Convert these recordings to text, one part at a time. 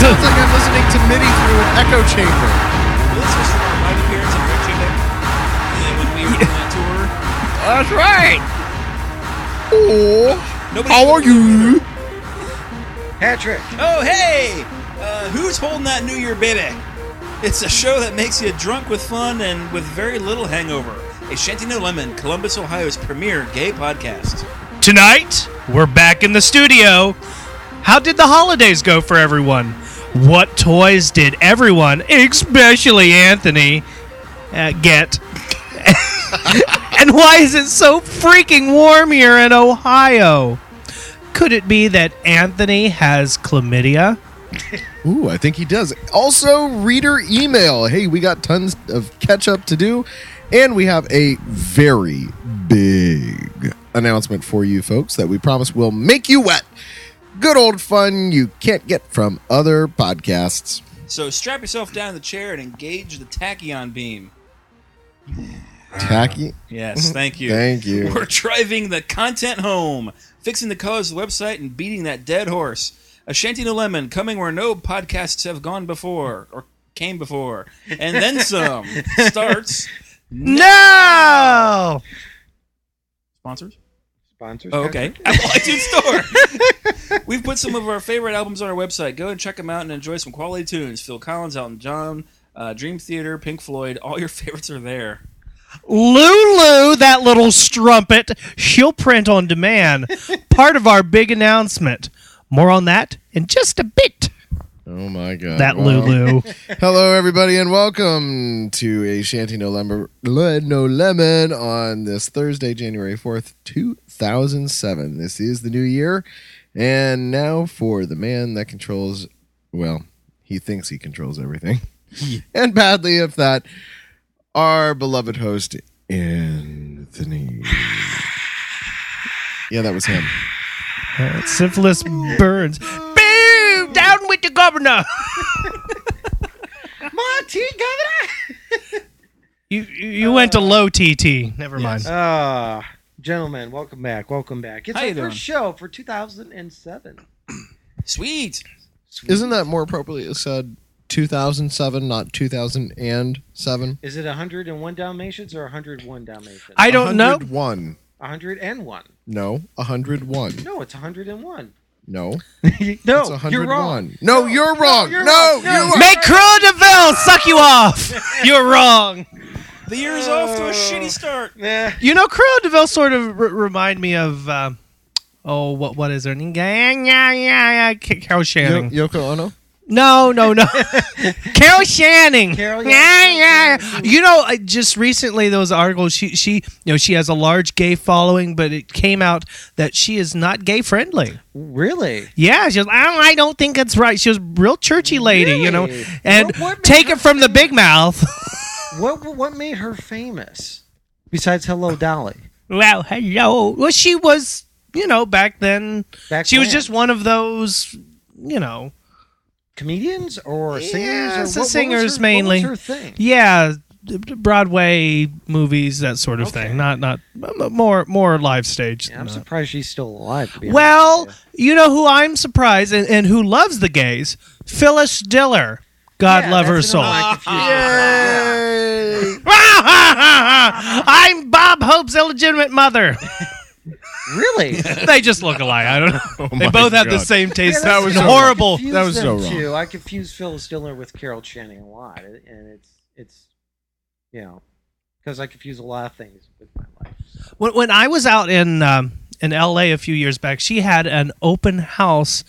sounds like I'm listening to MIDI through an echo chamber. This was from our live appearance in Reykjavik uh, when we were doing a tour. That's right. Nobody How are you? Patrick. Oh, hey! Uh, who's holding that New Year baby? It's a show that makes you drunk with fun and with very little hangover. A Shanty No Lemon, Columbus, Ohio's premier gay podcast. Tonight, we're back in the studio. How did the holidays go for everyone? What toys did everyone, especially Anthony, uh, get? and why is it so freaking warm here in Ohio? Could it be that Anthony has chlamydia? Ooh, I think he does. Also, reader email. Hey, we got tons of catch up to do, and we have a very big announcement for you folks that we promise will make you wet. Good old fun you can't get from other podcasts. So strap yourself down in the chair and engage the tachyon beam. Tacky. Yes, thank you. Mm-hmm. Thank you. We're driving the content home, fixing the colors of the website, and beating that dead horse. A Shanty No Lemon, coming where no podcasts have gone before, or came before, and then some, starts. No! Sponsors? Sponsors. Oh, okay. Apple iTunes Store. We've put some of our favorite albums on our website. Go and check them out and enjoy some quality tunes. Phil Collins, Elton John, uh, Dream Theater, Pink Floyd. All your favorites are there. Lulu, that little strumpet, she'll print on demand. Part of our big announcement. More on that in just a bit. Oh my god. That Wow. Lulu. Hello, everybody, and welcome to a Shanty No Lemon, no Lemon on this Thursday, January 4th, 2007. This is the new year. And now for the man that controls, well, he thinks he controls everything. and badly, if that, our beloved host, Anthony. yeah, that was him. Uh, Syphilis burns. Boo! Down with the governor! Monty Governor. You you went to low TT. Never mind. Ah, gentlemen, welcome back. Welcome back. It's How our you first doing? show for 2007. Sweet. Sweet. Isn't that more appropriately said 2007, not 2007? Is it 101 Dalmatians or 101 Dalmatians? I don't know. 101. 101. No, 101. No, it's 101. No, no, it's 101. you're wrong. No, you're wrong. you're no, wrong. you're No. wrong. Make Cruella de Vil suck you off! You're wrong. The year's off to a shitty start. Nah. You know, Cruella de Vil sort of r- remind me of, uh, oh, what what is her name? Yeah, yeah, yeah, yeah, Carol Shannon. Yo- Yoko Ono? No, no, no. Carol Shanning. Carol, yeah, yeah. yeah. You know, I- just recently there was an article. She, she, you know, she has a large gay following, but it came out that she is not gay friendly. Really? Yeah, she was. Oh, I don't think it's right. She was a real churchy lady, you know. Really? And What- what made take her it from the famous? big mouth. What what made her famous? Besides Hello Dolly. well, hello. Well, she was, you know, back then. Back she was when? just one of those, you know. comedians or singers? Yeah, or it's what- the what was singers her- what was mainly. her thing? Yeah, d- d- Broadway movies, that sort of Okay. thing. Not not m- m- more more live stage. Yeah, than I'm that. surprised she's still alive. to be honest well, with you know who I'm surprised and, and who loves the gays? Phyllis Diller. God Yeah, love her that's soul. another one I confused. I'm Bob Hope's illegitimate mother. you. really? they just look alike. I don't know. they Oh my both have the God. same taste. Yeah, that's that was so wrong. I horrible. confuse That was them so wrong. Too. I confuse Phyllis Diller with Carol Channing a lot, and it's it's you know because I confuse a lot of things with my life. When, when I was out in um, in L.A. a few years back, she had an open house.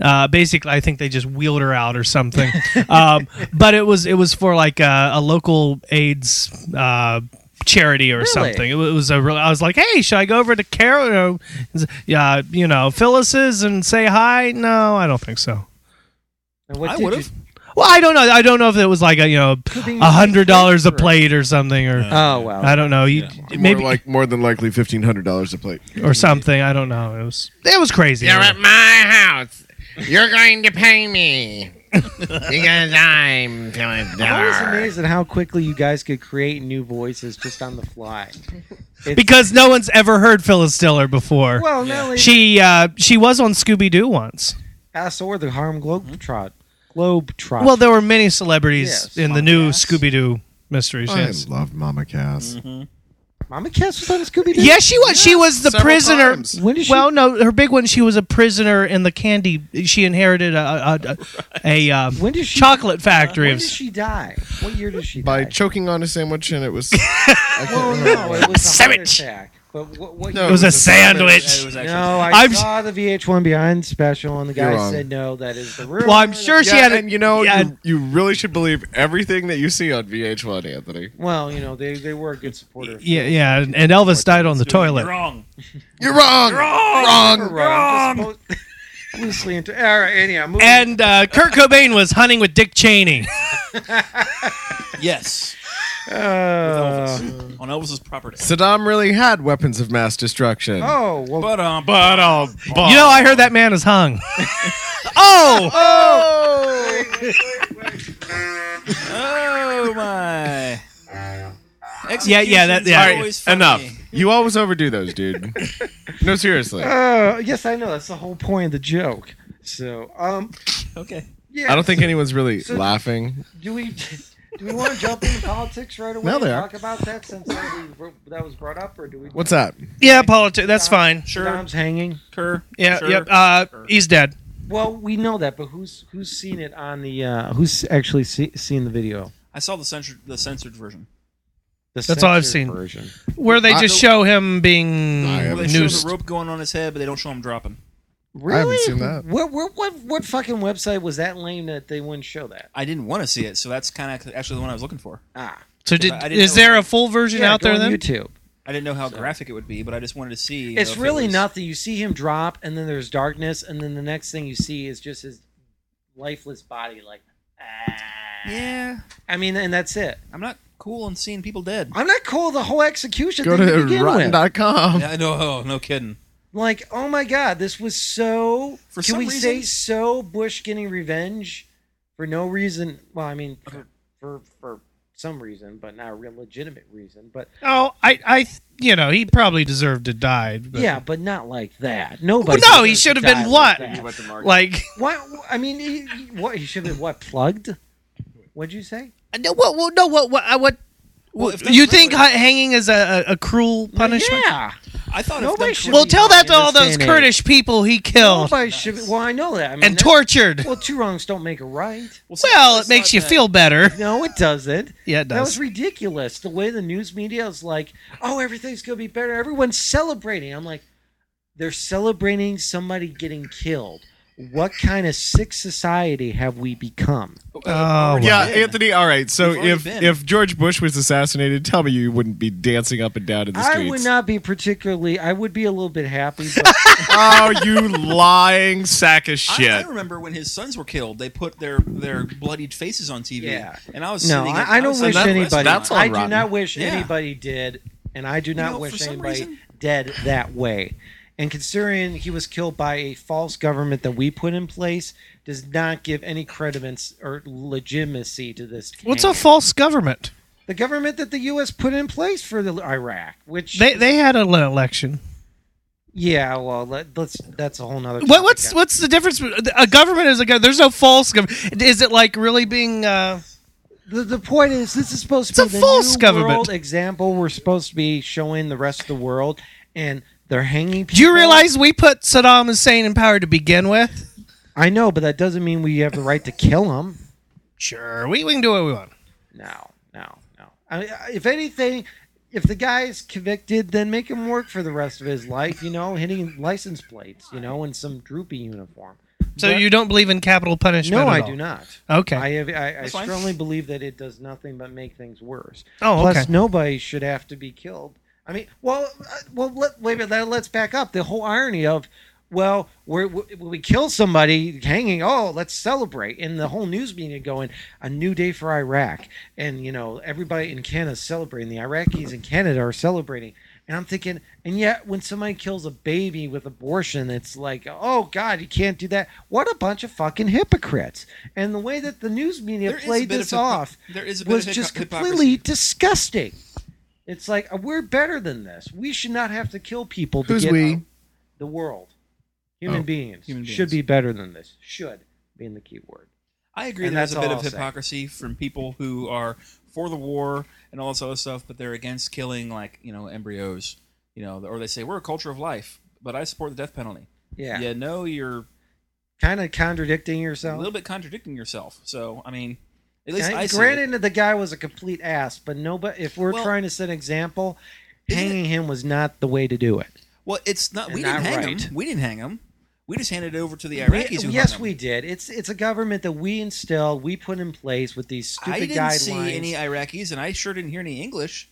Uh, basically, I think they just wheeled her out or something. um, but it was it was for like a, a local AIDS. Uh, charity or Really? something it wa- it was a real i was like hey should i go over to carol uh, yeah you know phyllis's and say hi no i don't think so And what I did you- would've. well i don't know i don't know if it was like a you know Cooking a hundred dollars a or- plate or something or Oh well. i don't know you Yeah. maybe like more than likely fifteen hundred dollars a plate. or something i don't know it was it was crazy You're at my house. You're going to pay me because I'm feeling I was dark. amazed at how quickly you guys could create new voices just on the fly. It's- because no one's ever heard Phyllis Diller before. well, not only she uh, she was on Scooby Doo once. us or the Harlem Globetrot. Globetrotter. Well, there were many celebrities Yes, in the Mama new Cass. Scooby Doo mysteries. I yes. love Mama Cass. Mama Cass was on Scooby Doo. Yes, she was. She was the Several prisoner. times. When did she? Well, no, her big one. She was a prisoner in the candy. She inherited a a, a, a um, When did she- chocolate factory. when of did she die? What year did she By die? choking on a sandwich, and it was. I can't Oh no, remember. it was a heart Sandwich. attack. But what, what No, year it was a It sandwich. was actually. No, I I'm- saw the VH1 Behind special, and the You're guy wrong. said no. That is the rumor. Well, I'm sure she Yeah, had. A, and you know, yeah. you, you really should believe everything that you see on VH1, Anthony. Well, you know they, they were a good supporter. yeah, yeah, and Elvis died on the You're toilet. Wrong. You're wrong. Wrong. Wrong. Wrong. Just po- Loosely into. All right, anyhow, moving. And uh, Kurt Cobain was hunting with Dick Cheney. Yes. Uh, Elvis. on Elvis's property. Saddam really had weapons of mass destruction. oh well, But um, But oh, You know, I heard that man is hung. oh, oh my. Yeah, yeah, that- Executions yeah. are Alright, always funny. enough. You always overdo those, dude. no, seriously. I uh, yes, I know that's the whole point of the joke. So, um, Okay. yeah, don't think anyone's really So- laughing. Do we do we want to jump into politics right away? No, and they are. talk about that since that, we, bro- that was brought up, or do we? What's that? yeah, politics. That's fine. Sure. Dom's hanging. Kerr. Yeah, Sure. yep. Uh, he's dead. Well, we know that, but who's who's seen it on the? Uh, who's actually see, seen the video? I saw the censored the censored version. The That's all I've censored seen. Version. Where they I just don't- show him being I Well, haven't they show noosed. the rope going on his head, but they don't show him dropping. Really? seen that. What what what what fucking website was that lame that they wouldn't show that? I didn't want to see it, so that's kind of actually the one I was looking for. Ah, So did I didn't is know there that. a full version yeah, out go there on then? YouTube. I didn't know how graphic it would be, but I just wanted to see. you know, It's if it really was- nothing. You see him drop, and then there's darkness, and then the next thing you see is just his lifeless body, like. ah. Yeah, I mean, and that's it. I'm not cool on seeing people dead. I'm not cool with the whole execution Go thing to to begin with. rotten.com. Yeah, I know. Oh, no kidding. Like, oh my god, this was so. For can some we reason- say so? Bush getting revenge for no reason. Well, I mean, for for, for some reason, but not a real legitimate reason. But Oh, I, I, you know, he probably deserved to die. But. yeah, but not like that. Nobody. Well, no, he deserves should to have been die like what? that. Like, What? I mean, he, he- what? He should have been what? Plugged? What'd you say? no, what, what, no, what, what, I- what? Well, if that's you right, think like- ha- hanging is a, a, a cruel punishment? Yeah. I thought if Nobody them should Oh Kurt- Well, tell that to In all this day those and age. Kurdish people he killed Nobody should. Well, I know that. I mean, Oh. and that- tortured. Well, two wrongs don't make a right. Well, it I makes saw you that- feel better. No, it doesn't. Yeah, it That was does. ridiculous. The way the news media is like, oh, everything's gonna be better. Everyone's celebrating. I'm like, they're celebrating somebody getting killed. What kind of sick society have we become? Oh, Yeah, Well, Anthony. All right. So We've already if been. if George Bush was assassinated, tell me you wouldn't be dancing up and down in the I would streets. not be particularly. I would be a little bit happy, but oh, you lying sack of I- shit! I, remember when his sons were killed. They put their their bloodied faces on TV. Yeah. and I was no, sitting at- I, I don't was wish sitting at a anybody. that's all restaurant. I do rotten. not wish Yeah. anybody did, and I do know, not for wish some anybody reason- dead that way. And considering he was killed by a false government that we put in place, does not give any credence or legitimacy to this. What's hanging. a false government? the government that the U.S. put in place for the Iraq? Which They they had an election. yeah, well, let, let's that's a whole nother. What, topic. what's what's the difference? bet- A government is a government. There's no false government. Is it like really being? Uh, The, the point is, this is supposed It's to a be the false new government. world example. We're supposed to be showing the rest of the world, and they're hanging. People. do you realize we put Saddam Hussein in power to begin with? I know, but that doesn't mean we have the right to kill him. Sure, we, we can do what we want. No, no, no. I mean, uh, if anything, if the guy is convicted, then make him work for the rest of his life. You know, hitting license plates. You know, in some droopy uniform. So But- you don't believe in capital punishment? No, at I all? do not. Okay. I have. I, I That's fine. strongly believe that it does nothing but make things worse. Oh, Plus, okay. nobody should have to be killed. I mean, well, uh, well, let, wait a minute. Let, let's back up. The whole irony of, well, we're, we we kill somebody hanging. Oh, let's celebrate! And the whole news media going, a new day for Iraq, and you know everybody in Canada celebrating. The Iraqis in Canada are celebrating. And I'm thinking, and yet when somebody kills a baby with abortion, it's like, oh God, you can't do that. What a bunch of fucking hypocrites! And the way that the news media There is a played bit this of hypo- off there is a bit was of just hypo- completely disgusting. It's like uh, we're better than this. We should not have to kill people. To Who's get we? out. The world, human, Oh, beings human should beings. be better than this. Should being the key word. I agree. And There's that's a bit all of I'll say. hypocrisy from people who are for the war and all this other stuff, but they're against killing like you know embryos. You know, or they say we're a culture of life, but I support the death penalty. Yeah. You know, you're Kind of contradicting a yourself. little bit contradicting yourself. So I mean, at least And I see it. granted that the guy was a complete ass, but nobody. If we're Well, trying to set an example, isn't it- hanging him was not the way to do it. Well, it's not. We And didn't not hang right. him. We didn't hang him. We just handed it over to the Iraqis. We- who yes, hung him. we did. It's it's a government that we instilled, we put in place with these stupid I didn't guidelines. see any Iraqis, and I sure didn't hear any English.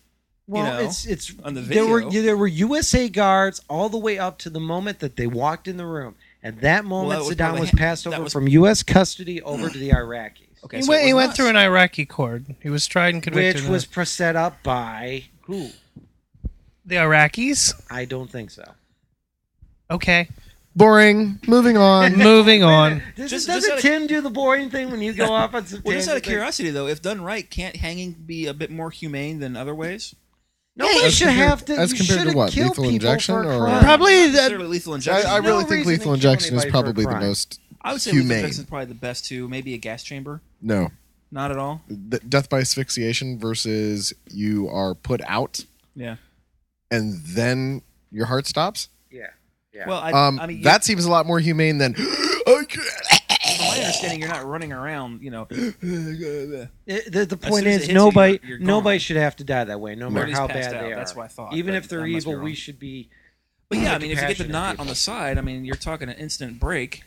well, know, it's it's on the There were video. there were USA guards all the way up to the moment that they walked in the room. At that moment, that was Saddam probably was ha- passed that over was- from U.S. custody over to the Iraqis, Okay, he so went, it he was went us. through an Iraqi court. He was tried and convicted. which of was pre- set up by who? the Iraqis. I don't think so. Okay, Boring. Moving on. moving on. Does, Just- doesn't just out of- Tim do the boring thing when you go off on some Well, just out of tangents? curiosity, though, if done right, can't hanging be a bit more humane than other ways? No, Yeah, you as should compared- have to. as you compared to shouldn't what, kill lethal people injection for a or- crime. Probably Not that. necessarily lethal injection. I, I I, really no think reason to lethal kill injection is anybody for a probably the crime. most would say lethal humane. injection is probably the best too. Maybe a gas chamber. No, Not at all. the death by asphyxiation versus you are put out Yeah. and then your heart stops. Yeah, yeah. Well, I, um, I mean, you- that seems a lot more humane than. from my understanding, you're not running around. You know, It- the, the As point soon as it is, hits you, nobody you're- you're nobody gone. should have to die that way, no matter Nobody's how passed bad they out. are. That's what I thought, Even but if they're I must be evil, we wrong. should be but yeah, I the mean, if you get the compassion of knot people. on the side, I mean, you're talking an instant break.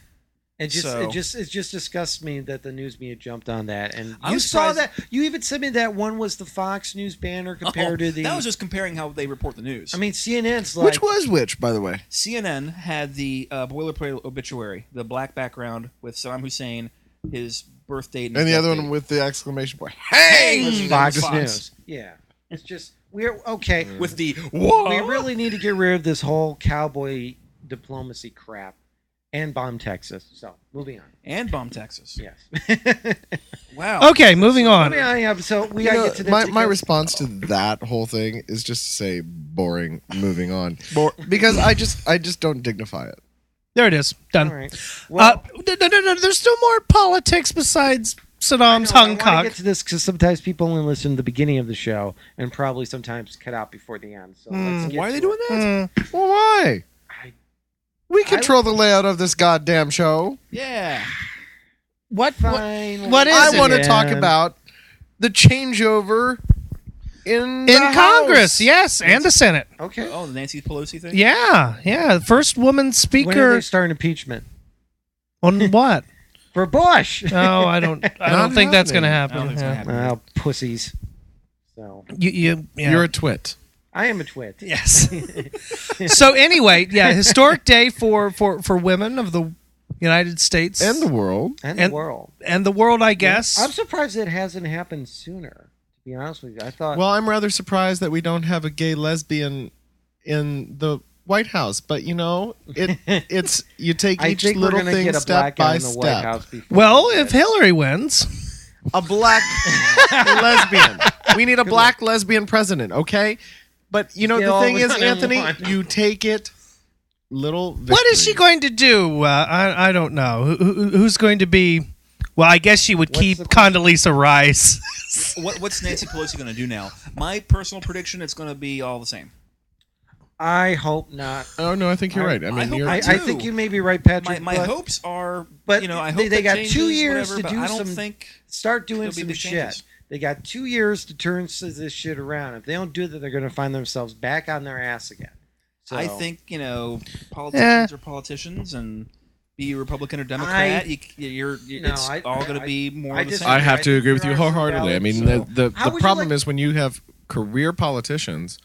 And just So- it just it just disgusts me that the news media jumped on that. And I you was saw that surprised- you even sent me that one was the Fox News banner compared Oh, to the. that was just comparing how they report the news. I mean, CNN's like which was which, by the way? CNN had the uh, boilerplate obituary, the black background with Saddam Hussein, his birth date, and, And his the death other date. one with the exclamation point. Hang! was Fox, Fox. News. Yeah, it's just we're okay. with the whoa. We really need to get rid of this whole cowboy diplomacy crap and bomb Texas. So moving on. and bomb Texas. Yes. Oh, Wow. Okay, moving on. moving on. Yeah, so we You gotta know, get to the my, my response to that whole thing is just to say boring moving on because i just i just don't dignify it There it is. Done. All right. Well, uh, no, no, no, no, There's still more politics besides Saddam's No, I hung want cock. to get to this because sometimes people only listen to the beginning of the show and probably sometimes cut out before the end. So let's get Hmm, Why are they to doing it. that? Mm. well why I- we control the layout of this goddamn show Yeah. What? what? Fine. we'll what leave is i it. it? want to Yeah. talk about the changeover in In the Congress, House. yes, and the Senate. Okay. Oh, the Nancy Pelosi thing. Yeah, yeah. First woman When are speaker they starting impeachment on what? for Bush? Oh, I don't. I Not don't think that's going to I don't happen. think it's yeah. gonna happen. Oh, pussies. So You, you, yeah. you're a twit I am a twit. yes. so anyway, yeah, historic day for for for women of the United States and the world And, And- the world. and the world, I guess. I'm surprised it hasn't happened sooner. To be honest with you, I thought. well i'm rather surprised that we don't have a gay lesbian in the white house but you know it it's you take I each think we're little gonna thing get a step black guy by in the White step House before well, we do if it. Hillary wins, a black lesbian. We need a black lesbian president, okay? But you know Yeah, the all thing we is, really Anthony, want. you take it little. Victory. what is she going to do? Uh, I I don't know. Who, who, who's going to be? Well, I guess she would What's keep the question? Condoleezza Rice. What, what's Nancy Pelosi going to do now? My personal prediction: it's going to be all the same. I hope not. Oh no, I think you're I- right. I I mean, hope you're, I, I I do. think you may be right, Patrick. My, my but hopes are, but you know, I they- hope they that got changes, two years whatever, to but do I don't some- think start doing There'll be some big shit. changes. They got two years to turn s- this shit around. If they don't do that, they're going to find themselves back on their ass again. So, I think you know politicians are politicians and be Republican or Democrat. you, you're, you No, it's I- all going to I- be more I of the just- same. I have to I agree with you think there are some wholeheartedly. I ballots, mean, so- the the, How the would you problem like- is when you have career politicians.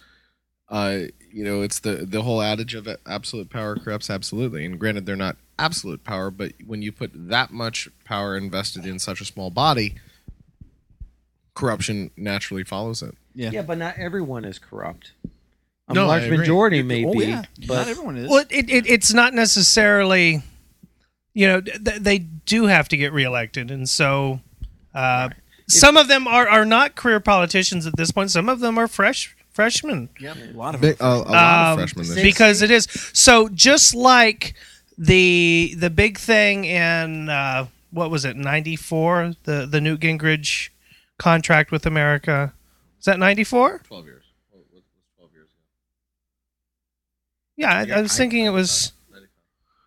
Uh, you know, it's the the whole adage of absolute power corrupts absolutely. And granted, they're not absolute power, but when you put that much power invested in such a small body, corruption naturally follows it. yeah. yeah, but not everyone is corrupt. A No, I large agree. majority may Oh, be, yeah. Not but everyone is. Well, it, it, it's not necessarily, you know, th- they do have to get reelected, and so uh, some of them are, are not career politicians at this point. Some of them are fresh freshmen a lot of Big, a, a lot Um, of freshmen this year. because it is so. Just like the the big thing in uh, what was it, 94? The the Newt Gingrich contract with America. Is that 94? 12 years. What was 12 years ago? Yeah, I, I was thinking it was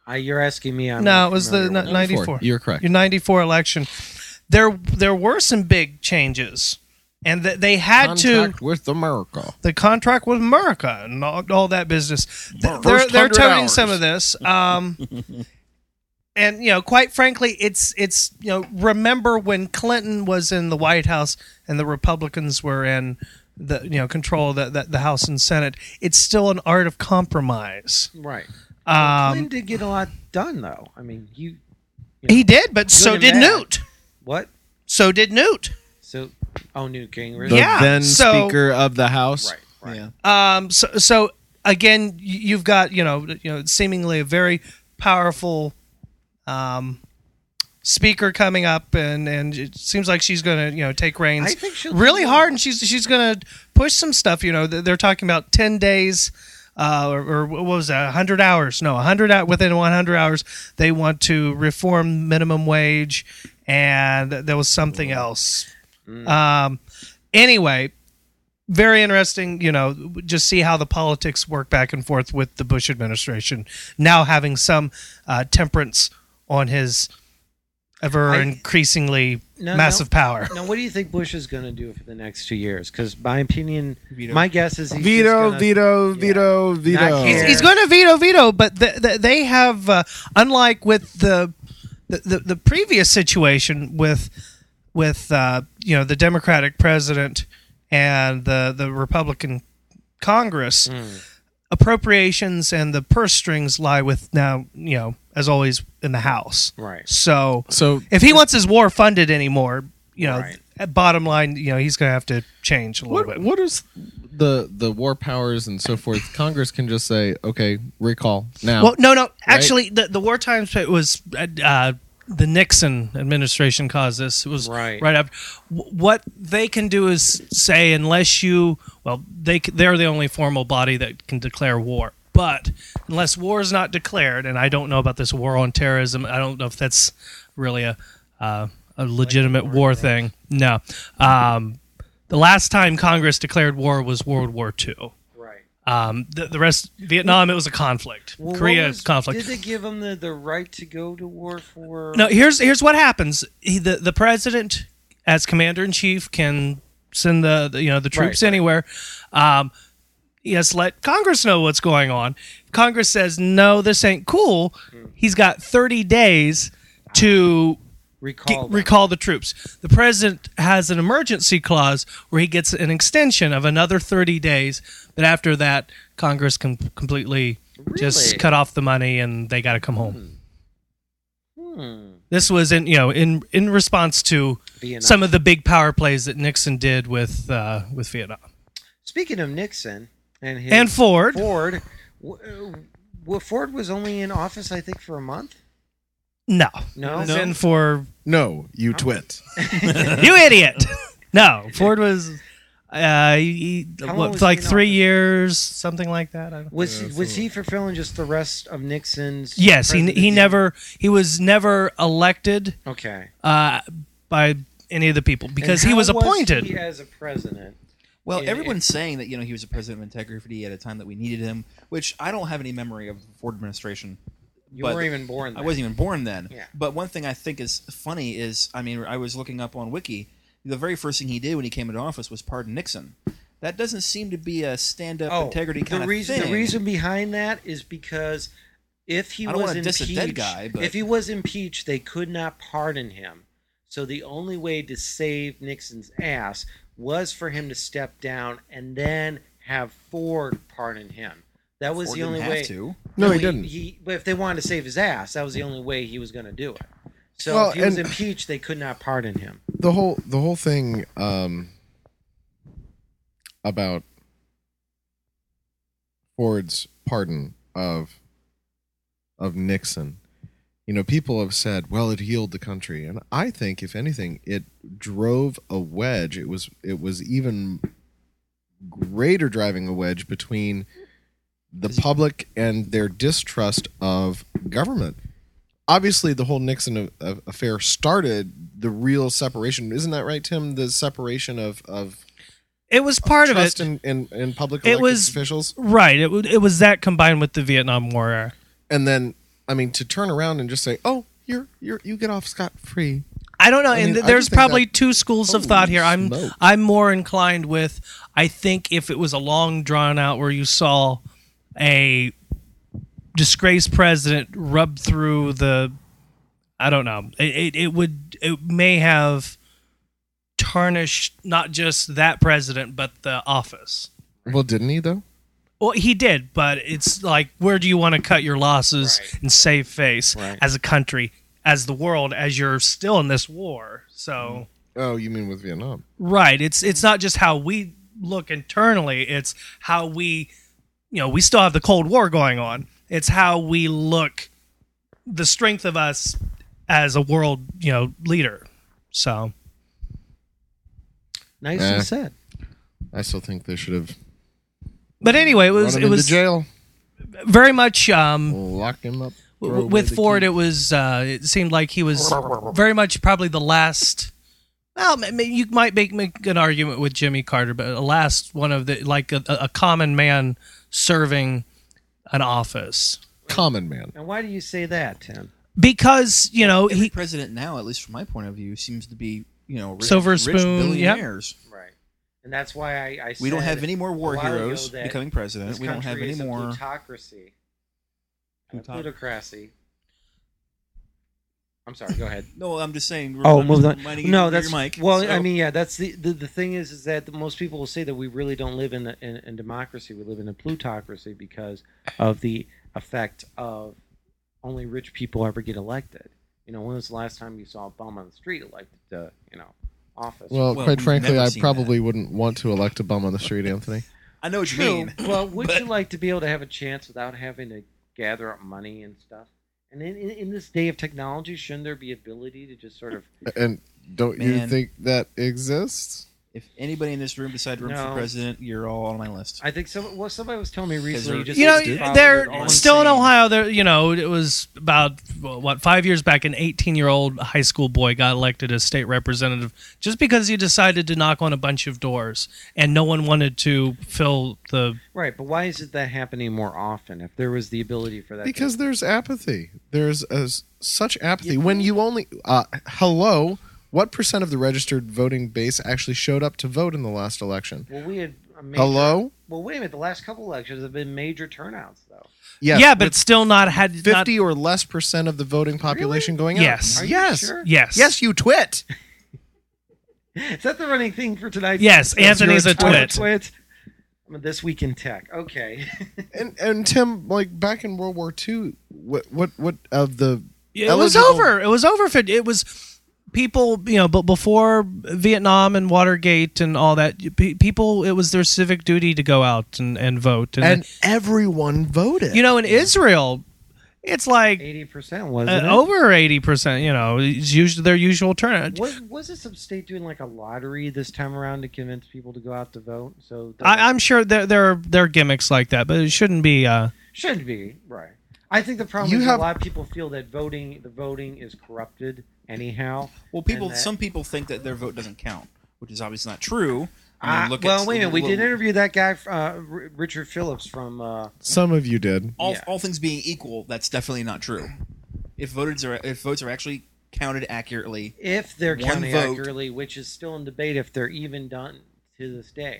Uh, you're asking me. I'm No, not it was the familiar n- with it. 94. You're correct. Your 94 election. There there were some big changes and th- they had to Contact with America. the contract with America and all, all that business. Th- First They're, they're 100 toting hours. some of this. Um, and you know, quite frankly, it's it's you know, remember when Clinton was in the White House and the Republicans were in the you know control of the, the, the House and Senate. It's still an art of compromise. Right. Well, Um, Clinton did get a lot done, though. I mean, you he did, but so and did bad. Newt. what? So did Newt. So, oh, Newt Gingrich. The Yeah, then so- Speaker of the House. Right, right. Yeah. Um, so, so again, y- you've got you know you know seemingly a very powerful um, speaker coming up, and and it seems like she's going to you know take reins I think she'll do really well. hard, and she's she's going to push some stuff. You know, Th- they're talking about ten days. Uh, or, or what was that? 100 hours? No, 100 out within 100 hours. They want to reform minimum wage, and there was something else. Mm. Um, anyway, very interesting, you know, just see how the politics work back and forth with the Bush administration, now having some uh, temperance on his ever I- increasingly No, massive no. power. Now, what do you think Bush is going to do for the next two years? Because my opinion, Veto. my guess is he's Veto, just gonna, veto, veto, veto. Not He's, care. he's going to veto veto, but th th they have, uh, unlike with the the, the the previous situation with with uh, you know the Democratic president and the the Republican Congress, Hmm. appropriations and the purse strings lie with now you know as always in the House. Right. So So if he wants his war funded anymore, you know, Right. at bottom line, you know, he's going to have to change a little what bit. what is the the war powers and so forth? Congress can just say, okay, recall now. Well, no, no. Actually, the, the war times it was uh, the Nixon administration caused this. It was Right. right after. Wh- What they can do is say, unless you, well, they c- they're the only formal body that can declare war. But unless war is not declared, and I don't know about this war on terrorism, I don't know if that's really a uh, a legitimate war thing. No. Um, the last time Congress declared war was World War II. Right. Um, the, the rest, Vietnam, it was a conflict. Well, what Korea was- conflict. Did they give him the, the right to go to war for? no, here's here's what happens. He, the the president, as commander in chief, can send the, the, you know the troops right. anywhere. Um, he has to let Congress know what's going on. If Congress says no, this ain't cool. Hmm. He's got 30 days to get- recall. recall, them. the troops. The president has an emergency clause where he gets an extension of another 30 days, but after that, Congress can completely just Really? cut off the money and they got to come home. Hmm. This was in you know in in response to Vietnam. some of the big power plays that Nixon did with uh, with Vietnam Speaking of Nixon and his and Ford. Ford, w- uh, well, Ford was only in office, I think, for a month. No, No? It was in for no, you twit. you idiot. No, Ford was. Uh, he, How long what, was he like in three office? years, something like that. I don't Was was he fulfilling just the rest of Nixon's? Yes, he, he presidency? never he was never elected Okay. uh, by any of the people And because he how was appointed. he as a president. Well, Yeah, everyone's saying that you know he was a president of integrity at a time that we needed him, which I don't have any memory of the Ford administration. You But weren't even born. I Then. wasn't even born then. Yeah. But one thing I think is funny is, I mean, I was looking up on Wiki. The very first thing he did when he came into office was pardon Nixon. That doesn't seem to be a stand-up integrity kind Oh, the of reason, thing. The reason behind that is because if he I don't was wanna diss impeached, a dead guy, but- if he was impeached, they could not pardon him. So the only way to save Nixon's ass was for him to step down and then have Ford pardon him. That was Ford the didn't only have way. to. No, he didn't. He, but if they wanted to save his ass, that was the only way he was going to do it. So Well, if he was and- impeached, they could not pardon him. the whole the whole thing um about Ford's pardon of of Nixon. You know, people have said, well, it healed the country. And I think if anything, it drove a wedge. It was it was even greater driving a wedge between the public and their distrust of government. obviously the whole Nixon a- a- affair started the real separation. Isn't that right, Tim? The separation of of It was part of trust it, and and, and public It elected was- officials, right? It, w- it was that combined with the Vietnam War era. and then I mean to turn around and just say, "Oh, you're you're you get off scot free." I don't know. I mean, and th- I there's just think probably that- two schools of Holy thought here. I'm smoke. I'm more inclined with I think if it was a long drawn out where you saw a disgraced president rub through the I don't know. It it, it would it may have tarnished not just that president but the office. Well, didn't he though? Well, he did, but it's like, where do you want to cut your losses and save face as a country, as the world, as you're still in this war? So, Oh, you mean with Vietnam? right, it's it's not just how we look internally; it's how we, you know, we still have the Cold War going on. It's how we look, the strength of us as a world, you know, leader. So, Nicely Yeah. said. I still think they should have but anyway, it run was him it into was jail, very much um, lock him W- up. throw w- away with the Ford, key. it was uh, it seemed like he was very much probably the last. Well, ma- ma- you might make, make an argument with Jimmy Carter, but the last one of the like a, a common man serving an office common man. And why do you say that, Tim? because you know Every Oh, he president now, at least from my point of view, seems to be you know rich, Silver rich spoon, yep. billionaires. Right. And that's why I, I We don't said have any more war a while ago heroes that becoming president. this We don't have country any is a more. plutocracy. A Plutoc- plutocracy. I'm sorry. Go ahead. No, I'm just saying. Oh, I'm moved just on. minding No, your that's mic. well. So- I mean, yeah, that's the, the the thing is is that most people will say that we really don't live in, a- in in democracy. We live in a plutocracy because of the effect of only rich people ever get elected. You know, when was the last time you saw a bum on the street elected to you know office? Well, Well, quite we've frankly, never I seen probably wouldn't want to elect a bum on the street, Anthony. I know what you true. mean. well, would but- you like to be able to have a chance without having to gather up money and stuff? And in, in, in this day of technology, shouldn't there be ability to just sort of And don't you Man. think that exists? If anybody in this room decides to run No. for president, you're all on my list. I think some, well, somebody was telling me recently. they're- just you follow know their they're own still in thing. Ohio. There, you know, it was about what five years back. An 18 year old high school boy got elected as state representative just because he decided to knock on a bunch of doors, and no one wanted to fill the Right, but why isn't that happening more often? If there was the ability for that, to- Because there's apathy. There's a, such apathy when you only uh, hello. What percent of the registered voting base actually showed up to vote in the last election? well, we had a major, Hello. Well, wait a minute. The last couple elections have been major turnouts, though. Yes, yeah, but with still not had not- fifty or less percent of the voting population going out. Yes. Are you yes, sure? yes, yes. You twit. Is that the running thing for tonight? Yes, Anthony's a you're a I'm twit. twit. I'm a this week in tech. Okay. And and Tim, like back in World War II, what what what of the It was eligible- over. It was over. for- It was people, you know, but before Vietnam and Watergate and all that, pe- people. It was their civic duty to go out and, and vote. And, and everyone voted. you know, in Israel, it's like Eighty percent was uh, over eighty percent. You know, it's usually their usual turnout. Was was it some state doing like a lottery this time around to convince people to go out to vote? So the- I, I'm sure there there are, there are gimmicks like that, but it shouldn't be. Uh, Should be right. I think the problem You is have- a lot of people feel that voting, the voting is corrupted anyhow. well, people, and that- some people think that their vote doesn't count, which is obviously not true. I mean, Uh, look well, at wait a minute. We look- did interview that guy, uh, R- Richard Phillips from. Uh, some of you did. all, Yeah. all things being equal, that's definitely not true. If voters are if votes are actually counted accurately, if they're One counting vote. accurately, which is still in debate, if they're even done to this day.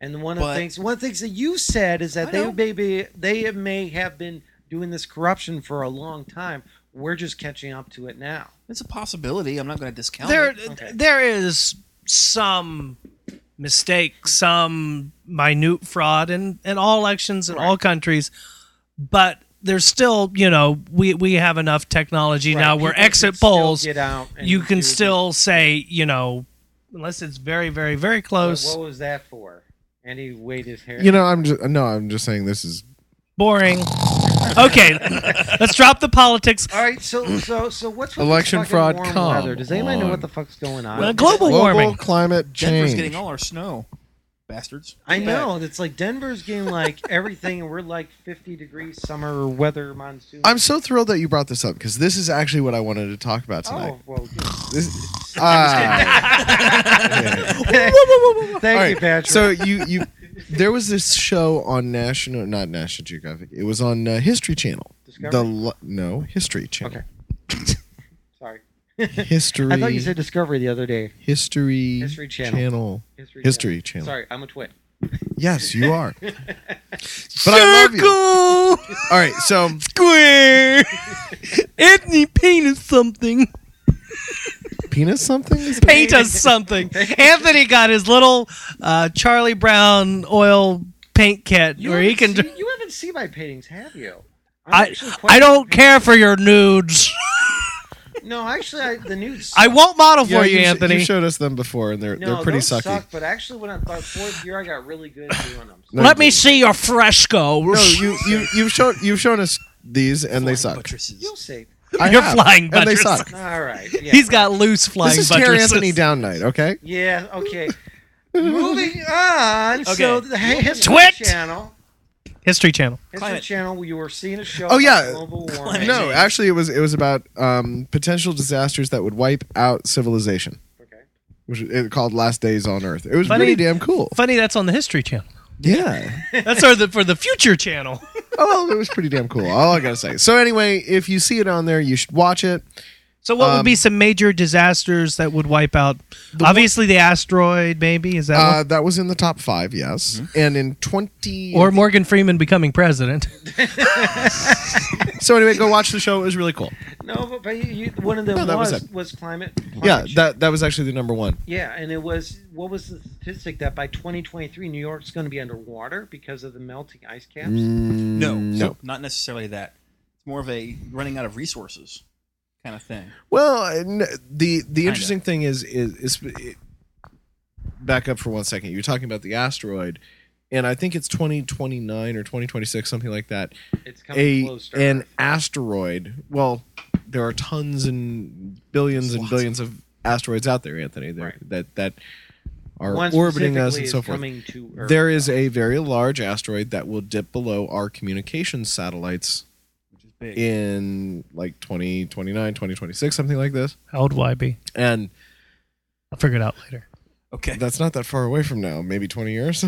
And one of the But- things, one of the things that you said is that I they know. may be, they may have been doing this corruption for a long time. We're just catching up to it now. it's a possibility. I'm not going to discount there it. Oh, okay. there is some mistake, some minute fraud in, in all elections in all countries, but there's still, you know, we, we have enough technology now Right, where people can exit still polls, get out and you can do- still say, you know, unless it's very, very, very close, What was that for? And he weighed his hair. You know, I'm just no, I'm just saying this is boring. okay, let's drop the politics. All right, so so so what's with Election this fucking fraud, warm come weather? Does anybody know on. what the fuck's going on? Well, global global warming. climate Denver's change. getting all our snow. bastards. I know. It's like Denver's getting like everything, and we're like 50 degrees summer weather monsoon. I'm so thrilled that you brought this up because this is actually what I wanted to talk about tonight. Oh, well, good. This, ah. Yeah. Thank All you, right, Patrick. So you you there was this show on National not National Geographic. It was on uh, History Channel. Discovery? The lo- no History Channel. Sorry. History. I thought you said Discovery the other day. History. History Channel. Channel. History, History Channel. Sorry, I'm a twit. Yes, you are. but I love you. Circle All right, so square. Anthony, paint us something. penis something. Is it? Paint us something. Anthony got his little uh, Charlie Brown oil paint kit You where he can. haven't seen- you haven't seen my paintings, have you? I'm I actually quite I don't good at care for your nudes. painting. No, actually, I, the nudes. I won't model Yeah, for you, sh- Anthony. You showed us them before, and they're no, they're pretty those sucky. Suck, but actually, when I thought fourth year, I got really good at doing them. No, Let me you- see your frescoes. No, you you you've shown you've shown us these, and they Flying suck. buttresses. You'll see. I Your have, flying and they buttresses. suck. All right. Yeah, He's got loose flying This is Terry buttresses. Anthony Down night. Okay. Yeah. Okay. Moving on. So Okay. the History Twit! Channel. History Channel. History Climate. Channel. You were seeing a show. Oh, yeah. about Global warming. Climate No, change. actually, it was it was about um, potential disasters that would wipe out civilization, Okay. which it called "Last Days on Earth." It was Funny- pretty damn cool. Funny, that's on the History Channel. Yeah. That's for the for the Future Channel. oh, it was pretty damn cool. All I gotta say. So anyway, if you see it on there, you should watch it. So, what Um, would be some major disasters that would wipe out? Obviously, the asteroid, maybe is that, Uh, that was in the top five, yes. And in twenty one? Mm-hmm. or Morgan Freeman becoming president. So anyway, go watch the show. It was really cool. No, but, but you, you, one of them No, that was was it. was, climate. Yeah, climate change. that that was actually the number one. Yeah, and it was what was the statistic that by 2023 New York's going to be underwater because of the melting ice caps? Mm, No, no. not necessarily that. It's more of a running out of resources kind of thing. Well, n- the the interesting thing is is, is it, back up for one second. You're talking about the asteroid, and I think it's 2029 or 2026, something like that. It's coming A close. to an Earth. asteroid. Well, there are tons and billions and Lots. billions of asteroids out there, Anthony. That Right. that, that are One orbiting us specifically and is so forth. Coming to Earth. There is a very large asteroid that will dip below our communications satellites Which is big. in like 2029, 2026, something like this. How old will I be? And I'll figure it out later. okay. That's not that far away from now, maybe 20 years.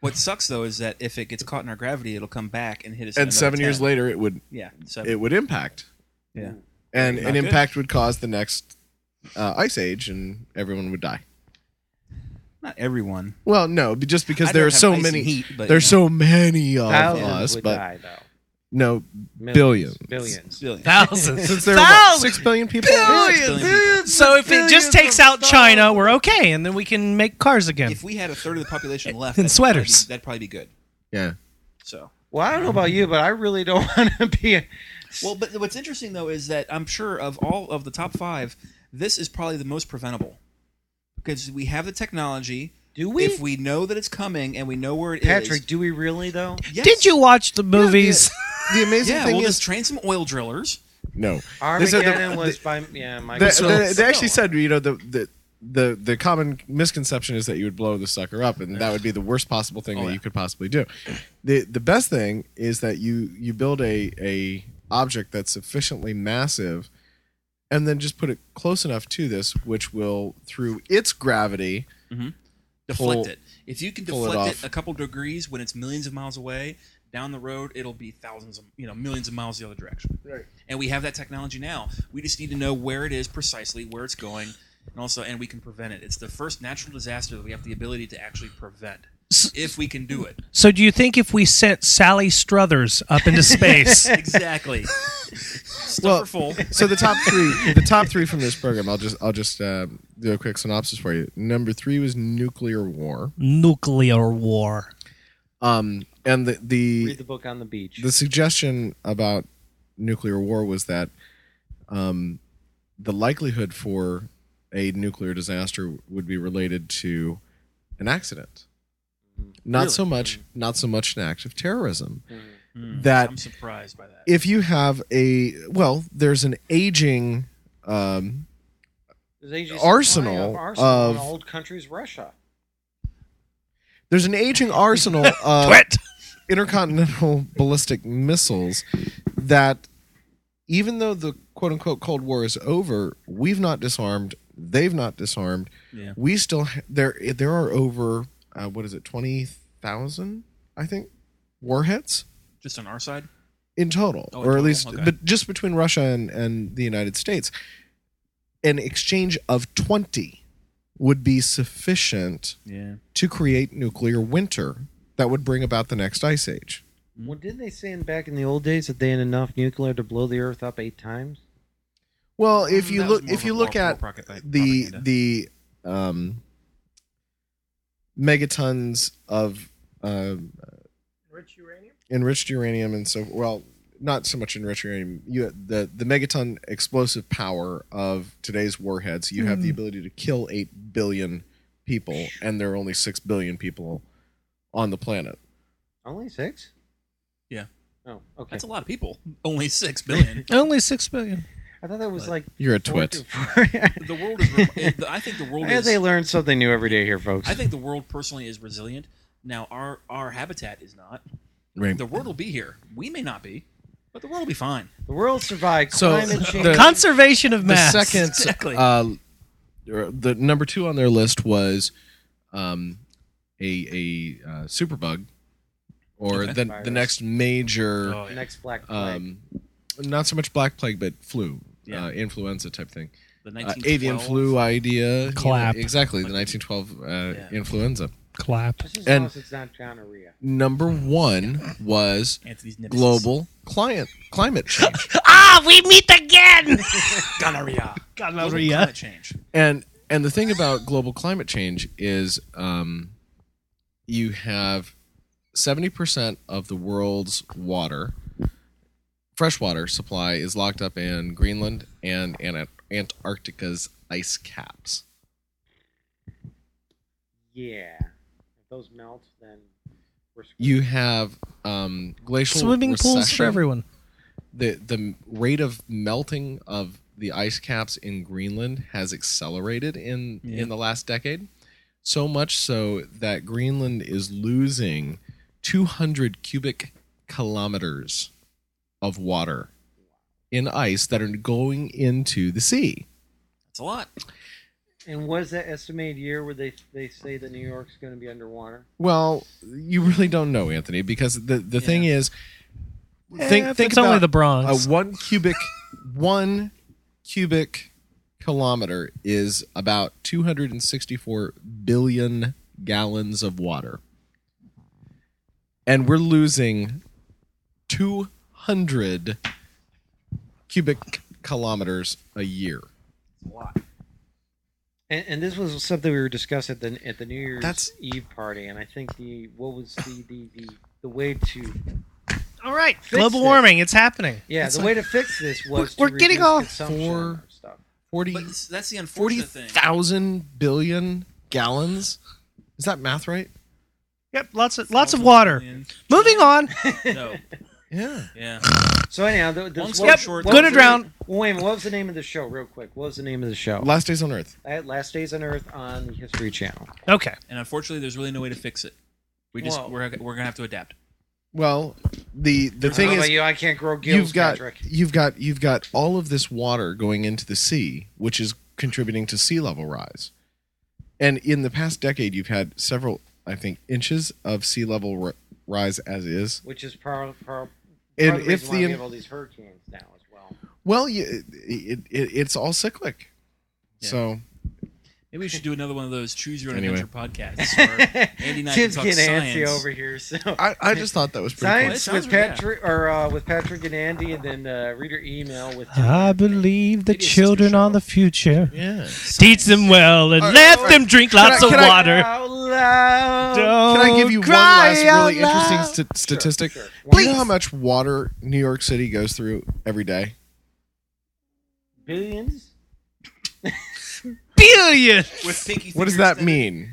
What sucks though is that if it gets caught in our gravity, it'll come back and hit us. at and another seven years 10. later, it would Yeah. Seven. it would impact, yeah. and Not an good. impact would cause the next uh, ice age, and everyone would die. Not everyone. Well, no, be- just because I there don't are have so ice and many. Heat, but, there's you know, so many of thousands us, would but die though. no, billions. Millions, billions. billion. Thousands. since there are what, Thousands. six billion people. Billions. Billions. So if it just Billions takes of out dollars. China, we're okay, and then we can make cars again. If we had a third of the population left, And that'd probably sweaters. be- that'd probably be good. Yeah, So. Well, I don't know about you, but I really don't want to be. A, Well, but what's interesting though is that I'm sure of all of the top five, this is probably the most preventable because we have the technology. do we, If we know that it's coming and we know where it is, Patrick? Do we really though? yes. Did you watch the movies? the amazing Yeah, thing we'll is just train some oil drillers. no. This is the- Armageddon was by yeah. My They, they- they actually said, you know, the, the the the common misconception is that you would blow the sucker up, and that would be the worst possible thing that you could possibly do. the The best thing is that you you build a a object that's sufficiently massive, and then just put it close enough to this, which will through its gravity. Deflect Pull- it. If you can pull it deflect it, off. a couple degrees when it's millions of miles away, down the road it'll be thousands of you know millions of miles the other direction. Right. And we have that technology now. We just need to know where it is precisely, where it's going, and also and we can prevent it. It's the first natural disaster that we have the ability to actually prevent if we can do it. So do you think if we sent Sally Struthers up into space? Exactly. Stuff Well- are full. So the top three, the top three from this program, I'll just I'll just uh, do a quick synopsis for you. Number three was nuclear war, Nuclear war. um, and the the read the book on the beach. the suggestion about nuclear war was that um, the likelihood for a nuclear disaster would be related to an accident, not so much, not so much an act of terrorism. That I'm surprised by that. if you have a well, there's an aging. Um, There's actually arsenal supply of arsenal in of- old countries Russia. There's an aging arsenal of Quit. intercontinental ballistic missiles that even though the quote unquote Cold War is over, we've not disarmed, they've not disarmed. Yeah. We still ha- there there are over uh, what is it 20,000 I think warheads Just on our side. in total Oh, in or at total, least okay. but just between Russia and and the United States an exchange of 20 would be sufficient Yeah. to create nuclear winter that would bring about the next ice age. Mm-hmm. Well, didn't they say in back in the old days that they had enough nuclear to blow the Earth up eight times? Well, if Mm, you that look was more if of a you war- look at war propaganda. the the um, megatons of um, Rich uranium? enriched uranium and so well not so much enriched uranium you the the megaton explosive power of today's warheads you have the Hmm. ability to kill 8 billion people and there are only 6 billion people on the planet Only six? Yeah. Oh, okay. That's a lot of people. Only six billion. Only six billion. I thought that was But- like. you're a four twit to four. the world is. Re- I think the world Yeah, is. they learn something new every day here, folks. I think the world personally is resilient. Now our our habitat is not. right The world will be here. We may not be, but the world will be fine. the world survived So, climate change. the- Conservation of the mass. second Exactly. uh, the number 2 on their list was um a a uh, superbug or Okay. the, Virus. the next major Oh, yeah. Next black plague. um, not so much black plague, but flu, Yeah. uh, influenza type thing. The Uh, 1912. avian flu idea. you know, Clap. exactly, the 1912 uh, Yeah. influenza. Clap. Just as and- long as it's not gonorrhea. Number one was Anthony's nemesis. global client climate change. Ah, we meet again. gonorrhea. Global Gonorrhea. Climate change. and and the thing about global climate change is um, you have 70% of the world's water, freshwater supply, is locked up in Greenland and Ant- Antarctica's ice caps. Yeah. If those melt, then we're screwed. you have um, glacial Swimming pools recession. for everyone. The the rate of melting of the ice caps in Greenland has accelerated in Yeah. in the last decade, so much so that Greenland is losing 200 cubic kilometers of water in ice that are going into the sea. That's a lot. And what is that estimated year where they they say that New York's going to be underwater? Well, you really don't know, Anthony, because the the thing is, think Eh, if think it's only about- the Bronx. a one cubic one cubic kilometer is about 264 billion gallons of water and we're losing 200 cubic kilometers a year And, and this was something we were discussing at the at the New Year's That's- Eve party, and I think the what was the the the, the way to All right. Fix Global it. warming. It's happening. yeah That's the like- way to fix this was We're- to we're getting reduce all consumption for- of stuff. 40 But it's- that's the unfortunate thing. 40,000 billion gallons is that math right Yep. Lots of lots of water. Moving on. No. yeah Yeah. So anyhow, th- this Long was- story Yep. short, Gonna those are- drown. Well, wait, a minute, what was the name of the show, real quick? What was the name of the show? last days on earth Uh, Last Days on Earth on the History Channel. Okay. And unfortunately, there's really no way to fix it. We just Whoa. we're, we're gonna have to adapt. well the the I thing don't know is about you, I can't grow gills, you've got Patrick. you've got you've got all of this water going into the sea, which is contributing to sea level rise. And in the past decade, you've had several, I think, inches of sea level ri- rise as is. which is par, par, And part of the if reason why the- we have all these hurricanes now as well. Well, you, it, it it's all cyclic. Yeah. So Maybe we should do another one of those choose your own Anyway. adventure podcasts. Where Andy and I can Tim's talk getting antsy science. over here. So I, I just thought that was pretty. Cool. It science sounds with really- Patrick or uh, with Patrick and Andy, and then uh, reader email with. Tim. I believe the Maybe it's just children a are show. the future. Yeah. Teach them well and All right, let all right. them drink I- lots of can I- water. Out uh, loud. Can I give you Don't one last cry out really interesting loud. st- statistic? sure. Do you know how much water New York City goes through every day? Billions. Billions, With pinky What does fingers that extended. mean?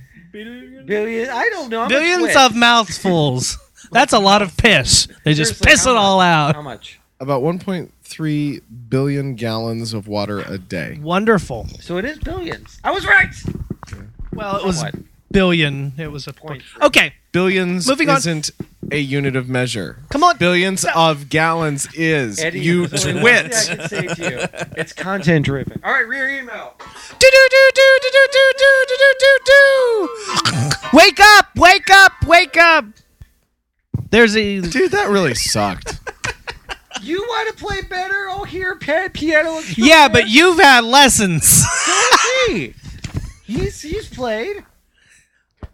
Billions. I don't know. I'm a billions twit. of mouthfuls. That's a lot of piss. They just Seriously, piss how it all much? out. How much? About 1.3 billion gallons of water a day. Wonderful. So it is billions. I was right. Well, it was Oh, What? billion. It was a point. Point. Okay, Billions Moving on. isn't a unit of measure. come on. Billions of gallons is. Eddie, you the only twit. thing I can say to you. It's content driven. All right, rear email. Do, do, do, do, do, do, do, do, do, do, do. Wake up! Wake up! Wake up! There's a Dude, that really sucked. You want to play better? Oh, here, pa- piano. Express. yeah, but you've had lessons. Hey, he's he's played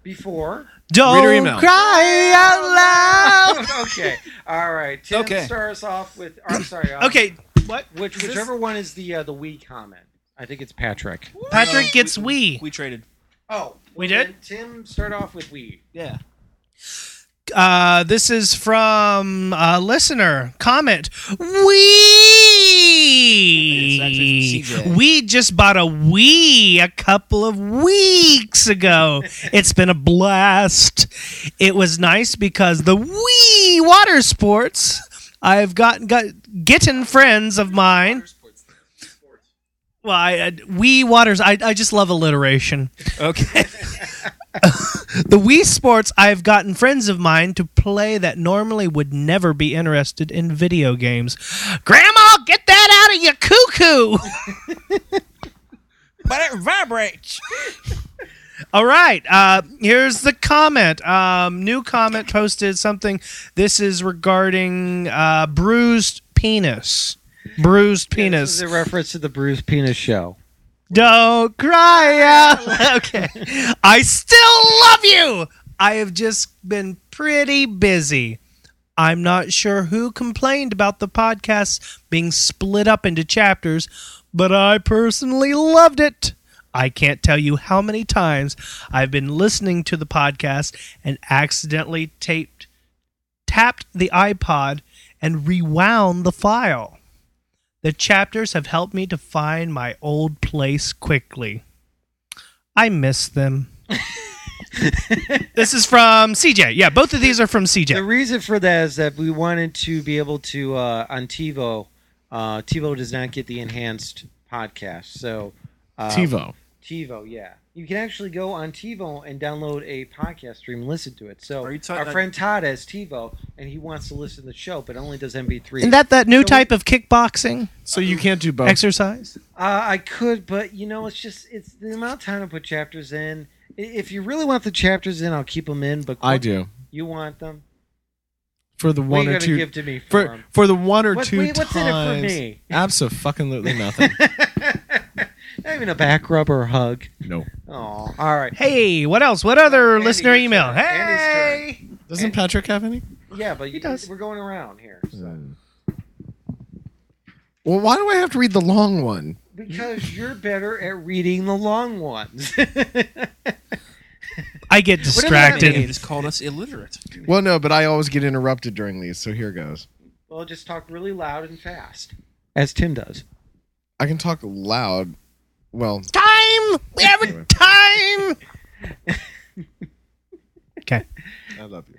before. Reader Don't email. cry out loud. okay, all right. Tim, Okay. start us off with. I'm sorry. uh, Okay, what? which this- whichever one is the uh, the we comment. I think it's Patrick. Patrick gets we. We traded. Oh, We well, did? then Tim, start off with we. Yeah. Uh, this is from a listener comment. We It's actually from CJ. we just bought a Wii a couple of weeks ago. it's been a blast. It was nice because the Wii water sports. I've got got getting friends of mine. Well, I, I Wii waters. I I just love alliteration Okay. the Wii Sports, I've gotten friends of mine to play that normally would never be interested in video games. Grandma, get that out of your cuckoo! but it vibrates. All right, uh, here's the comment. Um, new comment posted something. This is regarding uh, bruised penis. Bruised This penis. is a reference to the Bruce Penis show. Don't cry out. Okay. I still love you. I have just been pretty busy. I'm not sure who complained about the podcast being split up into chapters, but I personally loved it. I can't tell you how many times I've been listening to the podcast and accidentally taped tapped the iPod and rewound the file. The chapters have helped me to find my old place quickly. I miss them. this is from CJ. Yeah, both of these are from The CJ. reason for that is that we wanted to be able to uh, on TiVo. Uh, TiVo does not get the enhanced podcast, so uh, TiVo. TiVo, yeah. You can actually go on TiVo and download a podcast stream, and listen to it. So Are you ta- our friend Todd has TiVo, and he wants to listen to the show, but only does MB3. Isn't that that new type of kickboxing So you can't Oh. do both. exercise? Uh, I could, but you know, it's just it's the amount of time to put chapters in. I- If you really want the chapters in, I'll keep them in. But I do. You want them? For the What one are you or gonna two give to me for, for, for the one or What- two wait, what's in it for times. me? Absolutely nothing. 'em? Not even a back rub or a hug. no. Oh, all right. Hey, what else? What other Andy, listener your email? turn. Andy's Hey, Doesn't Patrick have any? Yeah, but you, does. we're going around here. So. Well, why do I have to read the long one? Because you're better at reading the long ones. I get They distracted. just called us illiterate. Well, no, but I always get interrupted during these, so here goes. well, just talk really loud and fast, as Tim does. I can talk loud. Well, Time, we have a time. I love you.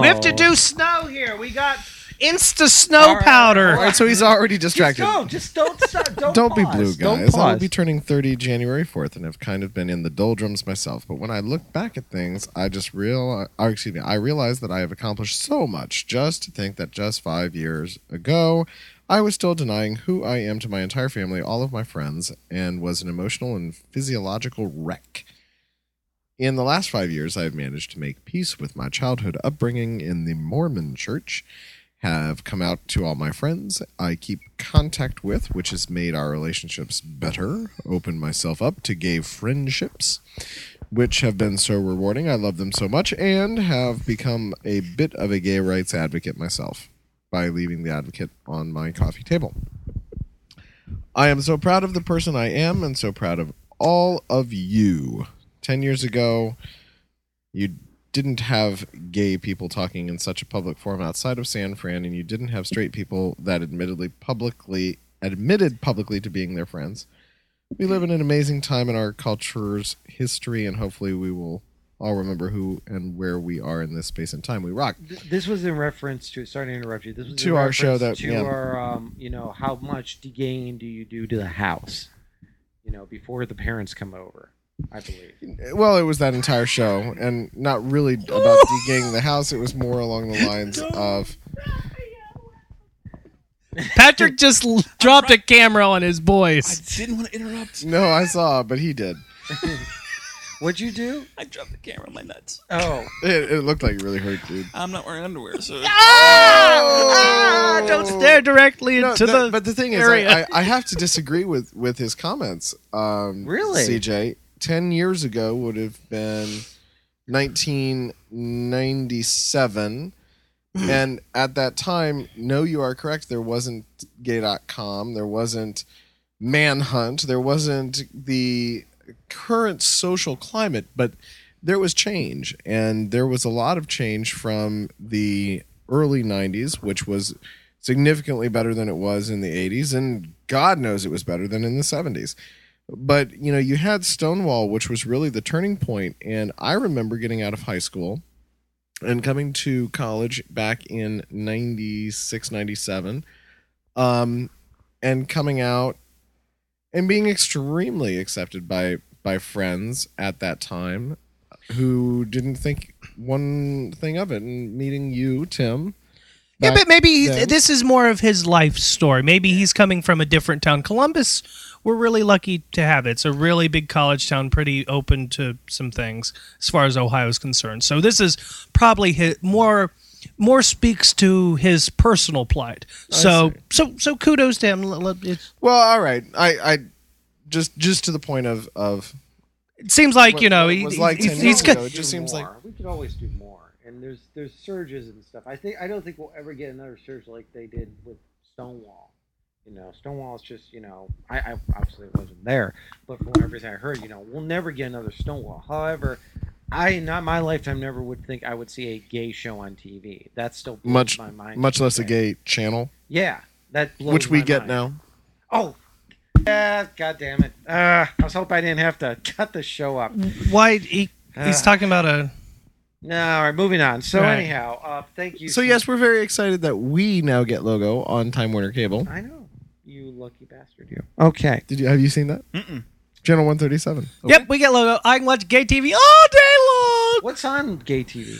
We have to Oh. do snow here. We got Insta snow All right, powder. All right, so he's already Just distracted. go. Just don't stop. Don't, Don't be pause. blue, Don't guys. I will pause. be turning 30 January 4th and have kind of been in the doldrums myself. But when I look back at things, I just real, or excuse me, I realize that I have accomplished so much. Just to think that just five years ago, I was still denying who I am to my entire family, all of my friends, and was an emotional and physiological wreck. In the last five years, I have managed to make peace with my childhood upbringing in the Mormon church have come out to all my friends I keep contact with, which has made our relationships better, opened myself up to gay friendships, which have been so rewarding. I love them so much and have become a bit of a gay rights advocate myself by leaving the advocate on my coffee table. I am so proud of the person I am and so proud of all of you. 10 years ago, you didn't have gay people talking in such a public forum outside of San Fran, and you didn't have straight people that admittedly publicly admitted publicly to being their friends. We live in an amazing time in our culture's history, and hopefully, we will all remember who and where we are in this space and time. We rock. Th- This was in reference to. Sorry to interrupt you. This was in To our show reference that- to yeah. our um, you know how much degaying do you do to the house, you know, before the parents come over. I believe. Well, it was that entire show, and not really about de-gaying the house. It was more along the lines of Patrick just l- dropped a camera on his I boys. didn't want to interrupt. no, I saw, but he did. What'd you do? I dropped the camera on my nuts. Oh, It, it looked like it really hurt, dude. I'm not wearing underwear, so Ah! Ah, don't stare directly No, into that- the. but the thing area. is, I, I, I have to disagree with with his comments. Um, Really? CJ, ten years ago would have been 1997, and at that time, no, you are correct. There wasn't Gay.com. There wasn't Manhunt. There wasn't the current social climate, but there was change, and there was a lot of change from the early 90s, which was significantly better than it was in the 80s, and God knows it was better than in the 70s. But you know, you had Stonewall, which was really the turning point, and I remember getting out of high school and coming to college back in 96 97 um and coming out and being extremely accepted by by friends at that time who didn't think one thing of it and meeting you tim yeah, but maybe he's- then. this is more of his life story. Maybe he's coming from a different town. Columbus, we're really lucky to have it. It's a really big college town, pretty open to some things as far as Ohio is concerned. So this is probably his, more more speaks to his personal plight. So so so kudos to him. L- l- It's, well all right i i just just to the point of of it seems like What- you know what he, was like he's, 10 he's years ago. co- it just do seems like- more. we could always do more. And there's there's surges and stuff. I think I don't think we'll ever get another surge like they did with Stonewall. You know, Stonewall is just you know I, I obviously wasn't there, but from everything I heard, you know, we'll never get another Stonewall. However, I not my lifetime never would think I would see a gay show on TV. That's still blows Much- my mind much less a today. gay channel Yeah, that blows which we my get mind. now Oh. Yeah, God damn it! Uh, I was hoping I didn't have to cut the show up. why he, he's Ah. talking about a No, all right, moving on. So Right. anyhow, uh, thank you. so to- yes we're very excited that we now get logo on time warner cable I know you lucky bastard. You okay? did you have you seen that Mm-mm. channel 137 Yep, we get logo. I can watch gay TV all day long. What's on gay TV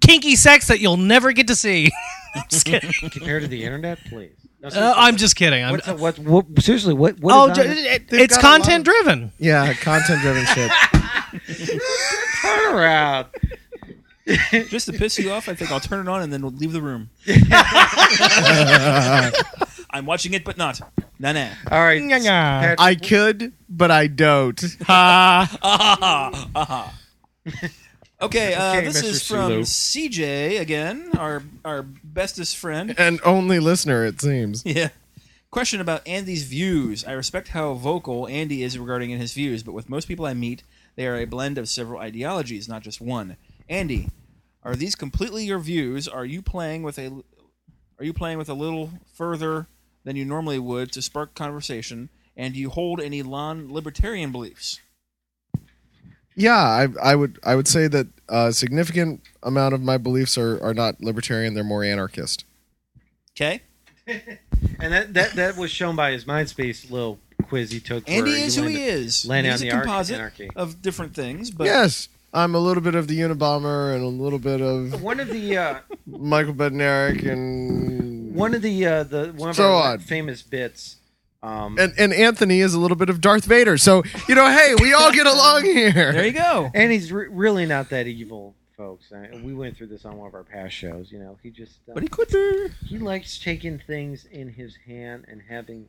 Kinky sex that you'll never get to see. I'm just kidding. compared to the internet, please? No, Uh, seriously, I'm just kidding. I'm, What's a, what, what? Seriously, what? what oh, is ju- on it? it- They've it's got a lot of- content driven. Oh, yeah content driven shit turn around. just to piss you off, I think I'll turn it on and then we'll leave the room. I'm watching it, but not. Nah, nah. All right, Nya, nya. Pat- i could but i don't Ha. Aha, aha. Okay, uh, Okay, this Mr. is from Sulu. CJ again, our our bestest friend. and only listener it seems Yeah. Question about Andy's views. I respect how vocal Andy is regarding in his views, but with most people I meet, they are a blend of several ideologies, not just one. Andy, are these completely your views? Are you playing with a are you playing with a little further than you normally would to spark conversation? And do you hold any non-libertarian beliefs? yeah i, I would i would say that a significant amount of my beliefs are, are not libertarian they're more anarchist Okay. and that, that that was shown by his MySpace little quiz he took. Andy where is who he landed- is. laying down He's a the arc- composite anarchy. of different things, but yes i'm a little bit of the unabomber and a little bit of One of the uh, michael bednarik and one of the uh, the one of So our odd. famous bits. Um, and, and Anthony is a little bit of Darth Vader. So, you know, hey, we all get along there here. you go. and he's re- really not that evil, folks. I, we went through this on one of our past shows. You know, he just uh, But he could be. He likes taking things in his hand and having.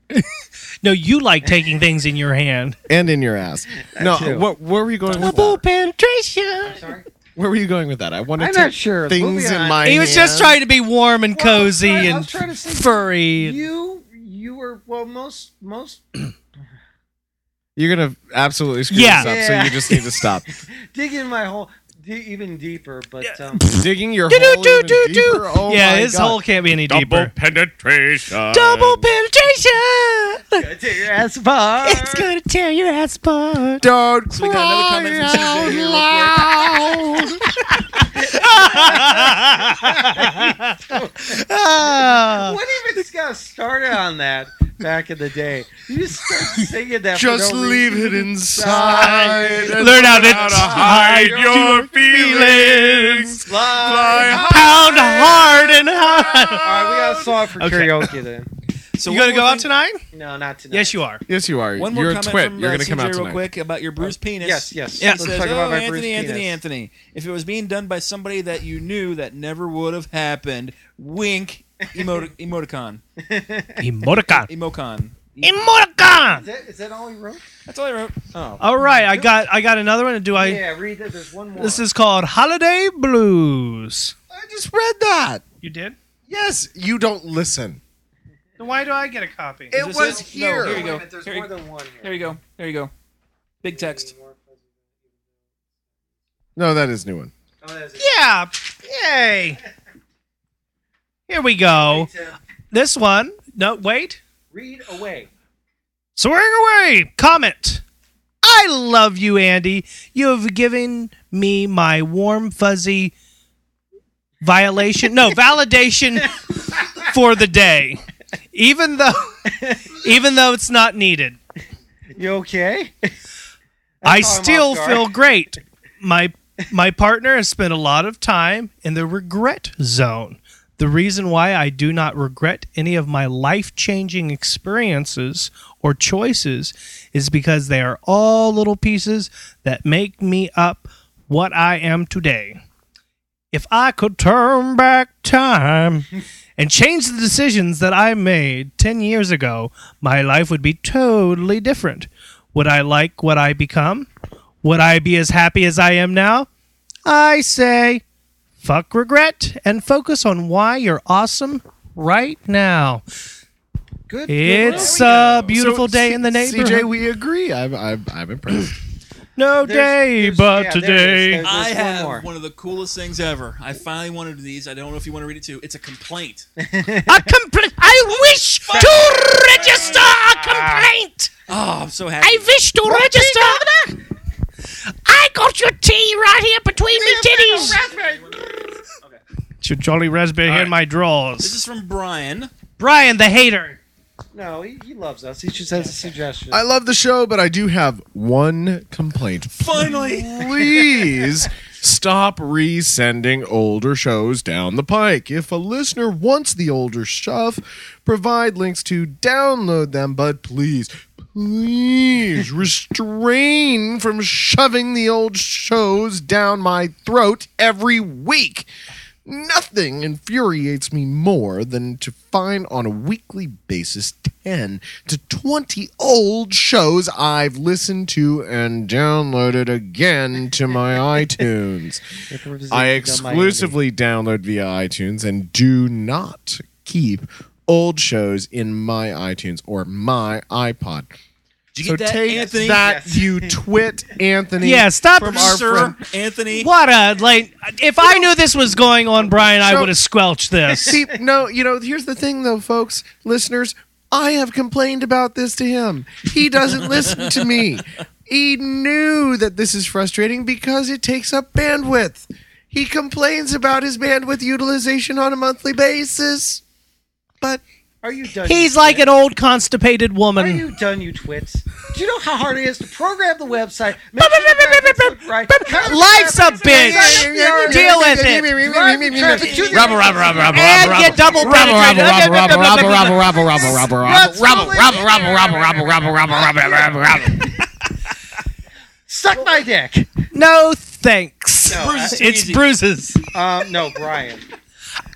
No, you like taking things in your hand. And in your ass. No, too. what where were you going with Double that? penetration. Sorry, Where were you going with that? I wanted I'm to not sure. things Moving in on. my He was just hand. trying to be warm and Well, I was cozy trying- I was and trying to say- furry. you you were well most most You're going to absolutely screw Yeah. this up, Yeah. so you just need to stop. digging my hole d- even deeper, but um, Digging your Do, do, hole do, even do, do. deeper? Oh yeah, my his God. hole can't be any Double deeper. penetration. Double penetration. gotta take your ass far. It's gonna tear your ass apart. Don't So we got another comment from cry CJ here real out loud. Ah. What even got started on that? back in the day. You just start singing that. for Just no leave reason. it inside. Learn how to hide your feelings. Slide. Pound hard and hard. All right, we got a song for Okay. karaoke then. So You one gonna go more thing- out tonight? to? No, not tonight. Yes, you are. Yes, you are. One more You're a comment twit. from You're uh, going to come CJ out real tonight. quick about your bruised penis. Yes, yes. He Yeah. Let's says, talk about "Oh, my Anthony, bruised Anthony, penis." Anthony. If it was being done by somebody that you knew, that never would have happened. Wink. Emoti- emoticon. Emoticon. Emocon. Is Emoticon. that, is that all you wrote? That's all I wrote. Oh. All right, I got I got another one. Do I? yeah, read that. There's one more. This is called Holiday Blues. I just read that. You did? Yes, you don't listen. Then why do I get a copy? It this was it? No, here. here Wait you a go. minute, There's Here more you- than one here. There you go. There you go. Big text. No, that is new one. Oh, that's it. Yeah. Yay. Here we go. To This one. No, wait. read away. Swearing away. Comment. I love you, Andy. You have given me my warm, fuzzy violation. No, validation for the day. Even though even though it's not needed. You okay? I caught him still off guard. feel great. My my partner has spent a lot of time in the regret zone. The reason why I do not regret any of my life-changing experiences or choices is because they are all little pieces that make me up what I am today. If I could turn back time and change the decisions that I made 10 years ago, my life would be totally different. Would I like what I become? Would I be as happy as I am now? I say, fuck regret and focus on why you're awesome right now. Good. It's good. uh, a beautiful day in the neighborhood. CJ, we agree. I'm, I'm, I'm impressed. no There's- day there's- but yeah, there it is. today. There's I one have more. one of the coolest things ever. I finally wanted these. I don't know if you want to read it too. It's a complaint. a complaint. I wish to register Ah. a complaint. Oh, I'm so happy. wish to register. I got your tea right here between me titties. Your jolly raspberry in my This drawers. is from Brian. Brian the hater. No, he, he loves us. He just has a suggestion. I love the show, but I do have one complaint. Finally. Please stop resending older shows down the pike. If a listener wants the older stuff, provide links to download them, but please, please restrain from shoving the old shows down my throat every week. Nothing infuriates me more than to find on a weekly basis 10 to 20 old shows I've listened to and downloaded again to my iTunes. I exclusively download via iTunes and do not keep old shows in my iTunes or my iPod. Did So you get that, take Anthony? that, you twit, Anthony. Yeah, stop. From our Sir friend- Anthony. What a like! If I knew this was going on, Brian, I So- would have squelched this. See, no, you know, here's the thing, though, folks, listeners. I have complained about this to him. He doesn't listen to me. He knew that this is frustrating because it takes up bandwidth. He complains about his bandwidth utilization on a monthly basis. But Are you done? He's you like an old constipated Are woman. you done, you twits? Do you know how hard it is to program the website? Make sure the graphics look right. Count the Life's a graphics, bitch. right? Deal with it. Drive the traffic to the- Rubber, rubber, rubber, rubber, And rubber, get double rubber, rubber, penetrated. rubber, rubber, rubber, rubber, rubber, rubber, rubber, That's rubber, all it rubber, is. rubber, rubber, rubber, rubber, rubber, rubber, rubber, rubber. Suck my dick. No thanks. No, Bruises too It's easy. bruises. Um, no, Brian.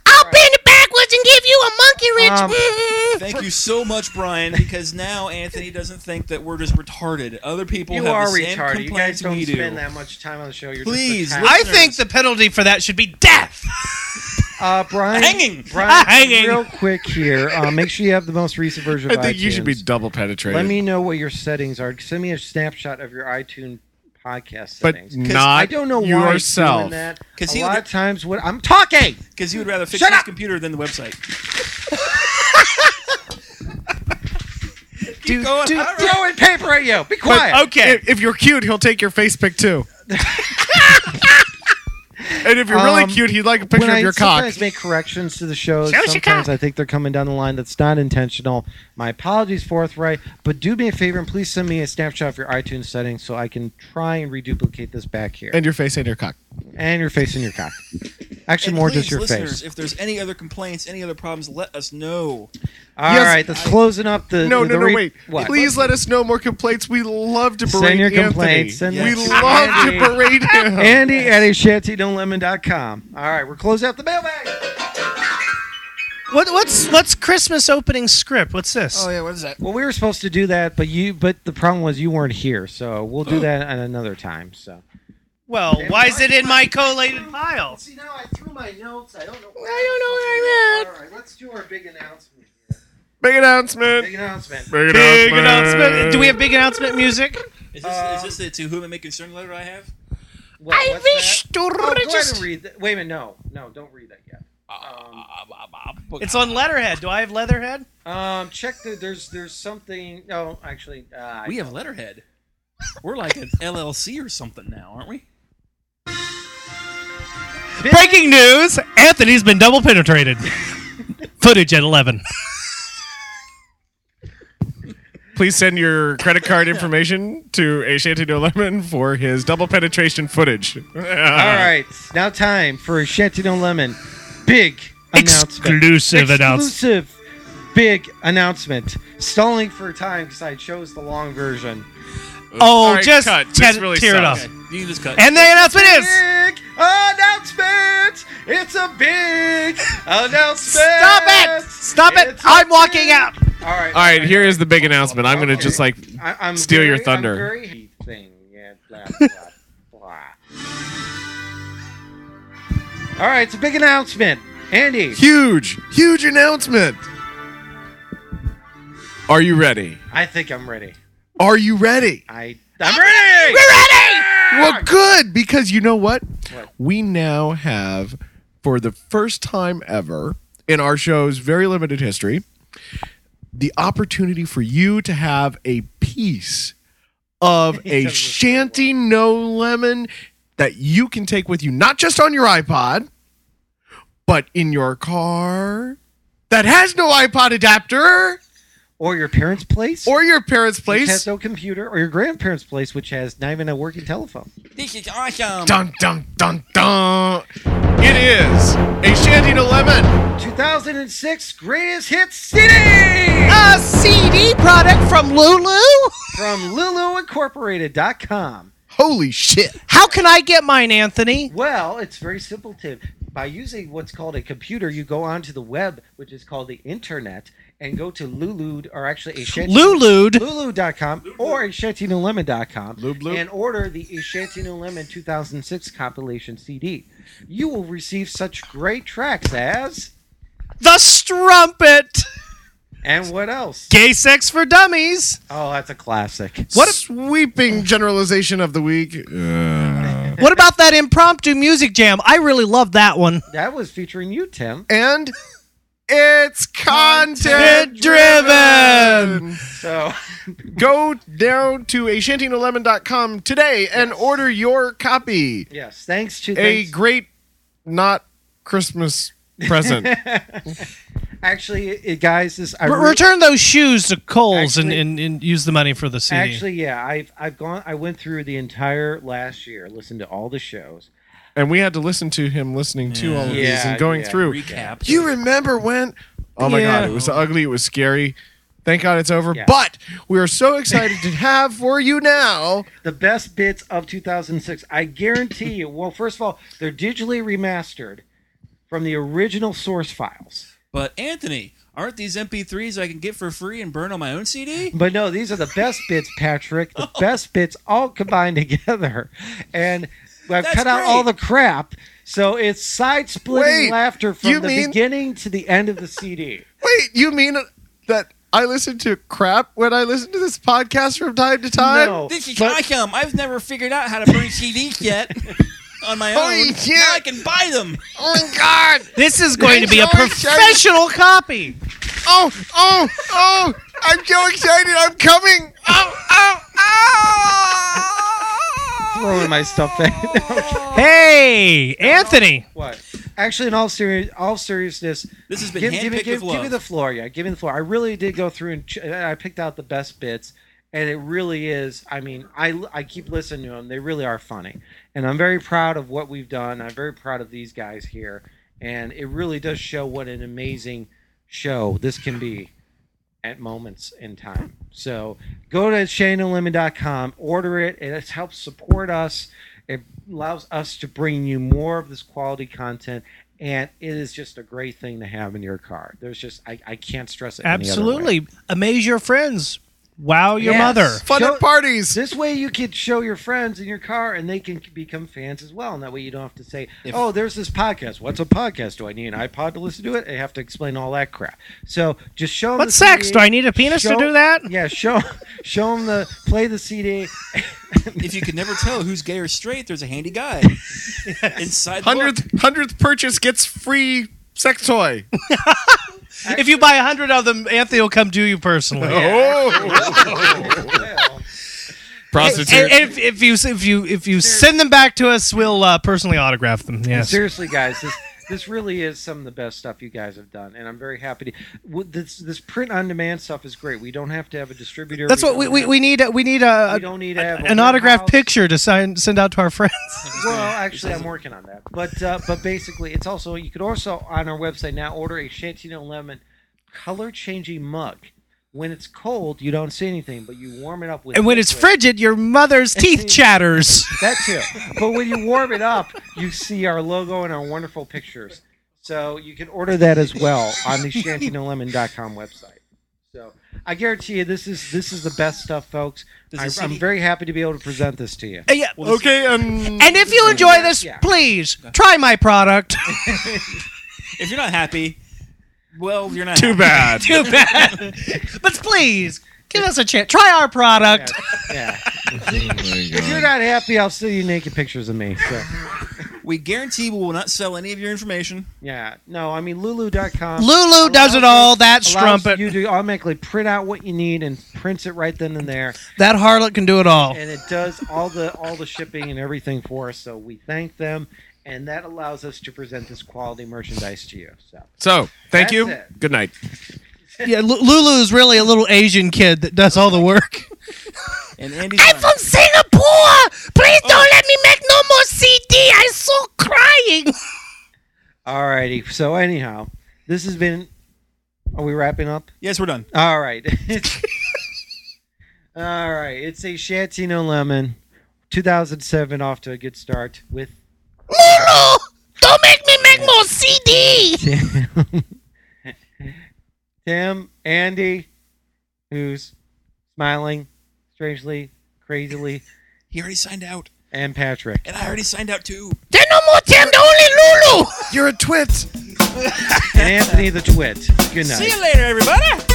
I'll bend it backwards and give you a monkey wrench. Um, Mm. Thank you so much, Brian, because now Anthony doesn't think that we're just retarded. Other people You have are the same retarded. You guys complaints don't we do. spend that much time on the show. You're Please, Just a I tiny- listeners. think the penalty for that should be death. uh, Brian. Hanging. Brian, Hanging. Real quick here. Uh, make sure you have the most recent version. Of iTunes. double penetrated. Let me know what your settings are. Send me a snapshot of your iTunes podcast settings. not I don't know why He's doing that. 'Cause a he- lot of times when I'm talking, Because he would rather fix Shut his up! computer than the website. Do- going. do- All I'm throwing paper at you. Be quiet. okay. If, if you're cute, he'll take your face pic too. And if you're really Um, cute, he'd like a picture when of your I cock. sometimes make corrections to the shows, Show us your sometimes cock. I think they're coming down the line that's not intentional. My apologies forthright, but do me a favor and please send me a snapshot of your iTunes settings so I can try and reduplicate this back here. And, And your face and your cock. your face and your cock. Actually, And more please, just your listeners, face. If there's any other complaints, any other problems, let us know. All Yes, right, that's closing up the. No, the no, no, re- wait. What? Please let us know more complaints. We love to berate Send your Anthony. complaints. Send we them to love Andy. to berate him. Andy at a shantydolemon.com. All right, we're closing out the mailbag. What, what's what's Christmas opening script? What's this? Oh, Oh, yeah, what is that? Well, we were supposed to do that, but you but the problem was you weren't here, so we'll Oh. do that at another time. So. Well, why is it in my collated pile? See, now I threw my notes. I don't know. I don't know where I'm at. All right, let's do our big announcement. here. Big announcement. Big announcement. Big announcement. Do we have big announcement music? Is this, Uh, is this the to whom it may concern letter I have? What, I what's wish That? to Oh, go ahead and register. read that. Wait a minute. No, no, don't read that yet. It's on letterhead. Do I have letterhead? Um, check the. There's there's something. No, actually, uh, we have letterhead. We're like an LLC or something now, aren't we? Breaking news: Anthony's been double penetrated. Footage at eleven. Please send your credit card information to A Shanty No Lemon for his double penetration footage. All All right, now time for Shanty No Lemon. Big announcement. Exclusive announcement. Exclusive big announcement. Stalling for time because I chose the long version. Oh, All right, just cut. This tear, really tear it up. sucks. You can just cut. And the announcement is: Big announcement! It's a big announcement! Stop it! Stop it! It's a I'm walking big- out. All right, All right, here is the big announcement. I'm going to just like I, I'm Steal your very- I'm thunder. very thing. Yeah, blah, blah, blah. All right, it's a big announcement, Andy. huge, huge announcement. Are you ready? I think I'm ready. Are you ready? I I'm ready. Well, good because you know what? What? We now have, for the first time ever in our show's very limited history, the opportunity for you to have a piece of a shanty no lemon that you can take with you, not just on your iPod, but in your car that has no iPod adapter Or your parents' place, or your parents' which has place. no computer, or your grandparents' place, which has not even a working telephone. This is awesome. Dun dun dun dun. It is a shanty no lemon. 2006 greatest hits CD. Ah! A CD product from Lulu. from luluincorporated.com. Holy shit. How can I get mine, Anthony? Well, it's very simple, Tim. By using what's called a computer, you go onto the web, which is called the internet, and go to Lulu, or actually a Lulu'd. Lulu.com or EnchantinLemon.com Lube Lube. and order the Enchantino Lemon 2006 compilation CD. You will receive such great tracks as. The Strumpet. And what else? Gay sex for dummies. Oh, that's a classic. What a sweeping generalization of the week. What about that impromptu music jam? I really love that one. That was featuring you, Tim. And it's content Content driven. driven. So. Go down to ashantinolemon.com today and order your copy. Yes, thanks to A thanks- great not Christmas present. actually, it, guys, this I R- re- return those shoes to Coles and, Actually- and, and use the money for the CD. actually yeah I've I've gone I went through the entire last year, listened to all the shows. and we had to listen to him listening to all of these Yeah, and going yeah. through. Recap. You remember when? Oh my Yeah. god, it was ugly. It was scary. Thank God it's over. Yeah. But we are so excited to have for you now. The best bits of 2006. I guarantee you. Well, first of all, they're digitally remastered from the original source files. But Anthony, aren't these MP3s I can get for free and burn on my own CD? But no, these are the best bits, Patrick. The best bits all combined together. And I've That's cut out all the great. crap. So it's side splitting Wait, laughter you from the mean- beginning to the end of the CD. Wait, you mean that I listen to crap when I listen to this podcast from time to time? No, This is but- awesome. I've never figured out how to burn CDs yet on my Holy own. shit. Now I can buy them. Oh my god! this is going to be a Enjoy, Charlie. professional copy. Oh, oh, oh! I'm so excited! I'm coming! Oh, oh, oh! throwing my stuff back. Hey, Anthony. what? Actually, in all seri- all seriousness, This has been give, handpicked give, me, give, with love. give me the floor. Yeah, give me the floor. I really did go through and ch- I picked out the best bits, and it really is. I mean, I I keep listening to them. They really are funny, and I'm very proud of what we've done. I'm very proud of these guys here, and it really does show what an amazing show this can be at moments in time. So go to shanolemon.com, order it. It helps support us. It allows us to bring you more of this quality content. And it is just a great thing to have in your car. There's just, I, I can't stress it. any other way. Absolutely. Amaze your friends. Wow your Yes. mother. Fun Show- at parties. This way you could show your friends in your car and they can become fans as well. And that way you don't have to say, oh, there's this podcast. What's a podcast? Do I need an iPod to listen to it? I have to explain all that crap. So just show them What the sex? CD, Do I need a penis to show- do that? Yeah, show show them the play the CD. if you could never tell who's gay or straight, there's a handy guy inside. the book. Hundredth hundredth purchase gets free sex toy. If you buy a hundred of them, Anthony will come do you personally. Oh, Well, prostitute. And if, if you if you if you send them back to us, we'll uh, personally autograph them. Yes. Seriously, guys, this this really is some of the best stuff you guys have done, and I'm very happy to. with This this print on demand stuff is great. We don't have to have a distributor. That's what we, don't we, have- we need. A, we need a, we don't need to have a an autographed warehouse. picture to sign send out to our friends. Well, actually, I'm working on that. But uh, but basically, it's also you could also on our website now order a Chantino lemon color changing mug. When it's cold, you don't see anything, but you warm it up with. And when it's liquid. frigid, your mother's teeth chatters. That too. But when you warm it up, you see our logo and our wonderful pictures. So you can order that as well on the shantinolemon.com website. So I guarantee you, this is this is the best stuff, folks. Does I, the I'm CD very happy to be able to present this to you. Uh, yeah. okay, um, And if you enjoy this, Yeah. please try my product. If you're not happy, well, you're not. too happy. bad. Too bad. but please give us a chance. Try our product. Yeah. Oh if you're not happy, I'll send you naked pictures of me. So We guarantee we will not sell any of your information. yeah. No, I mean Lulu.com. Lulu does it allows all. you- That allows strumpet. You to automatically print out what you need and prints it right then and there. that harlot can do it all. and it does all the all the shipping and everything for us. So we thank them, and that allows us to present this quality merchandise to you. So So, thank That's you. it. Good night. Yeah, Lu- Lulu's really a little Asian kid that does all the work. And Andy's not. Singapore. Ah, Please don't let me make no more CD. I'm so crying. alrighty. So anyhow, this has been. Are we wrapping up? yes, we're done. All right. all right. It's a Chantino Lemon, 2007, off to a good start with. Lulu, don't make me make more CD. Tim, Tim, Andy, who's smiling strangely, crazily, He already signed out, and Patrick. and I already signed out too. There no more Tim, only Lulu. You're a twit. and Anthony the Twit. Good night. See you later, everybody.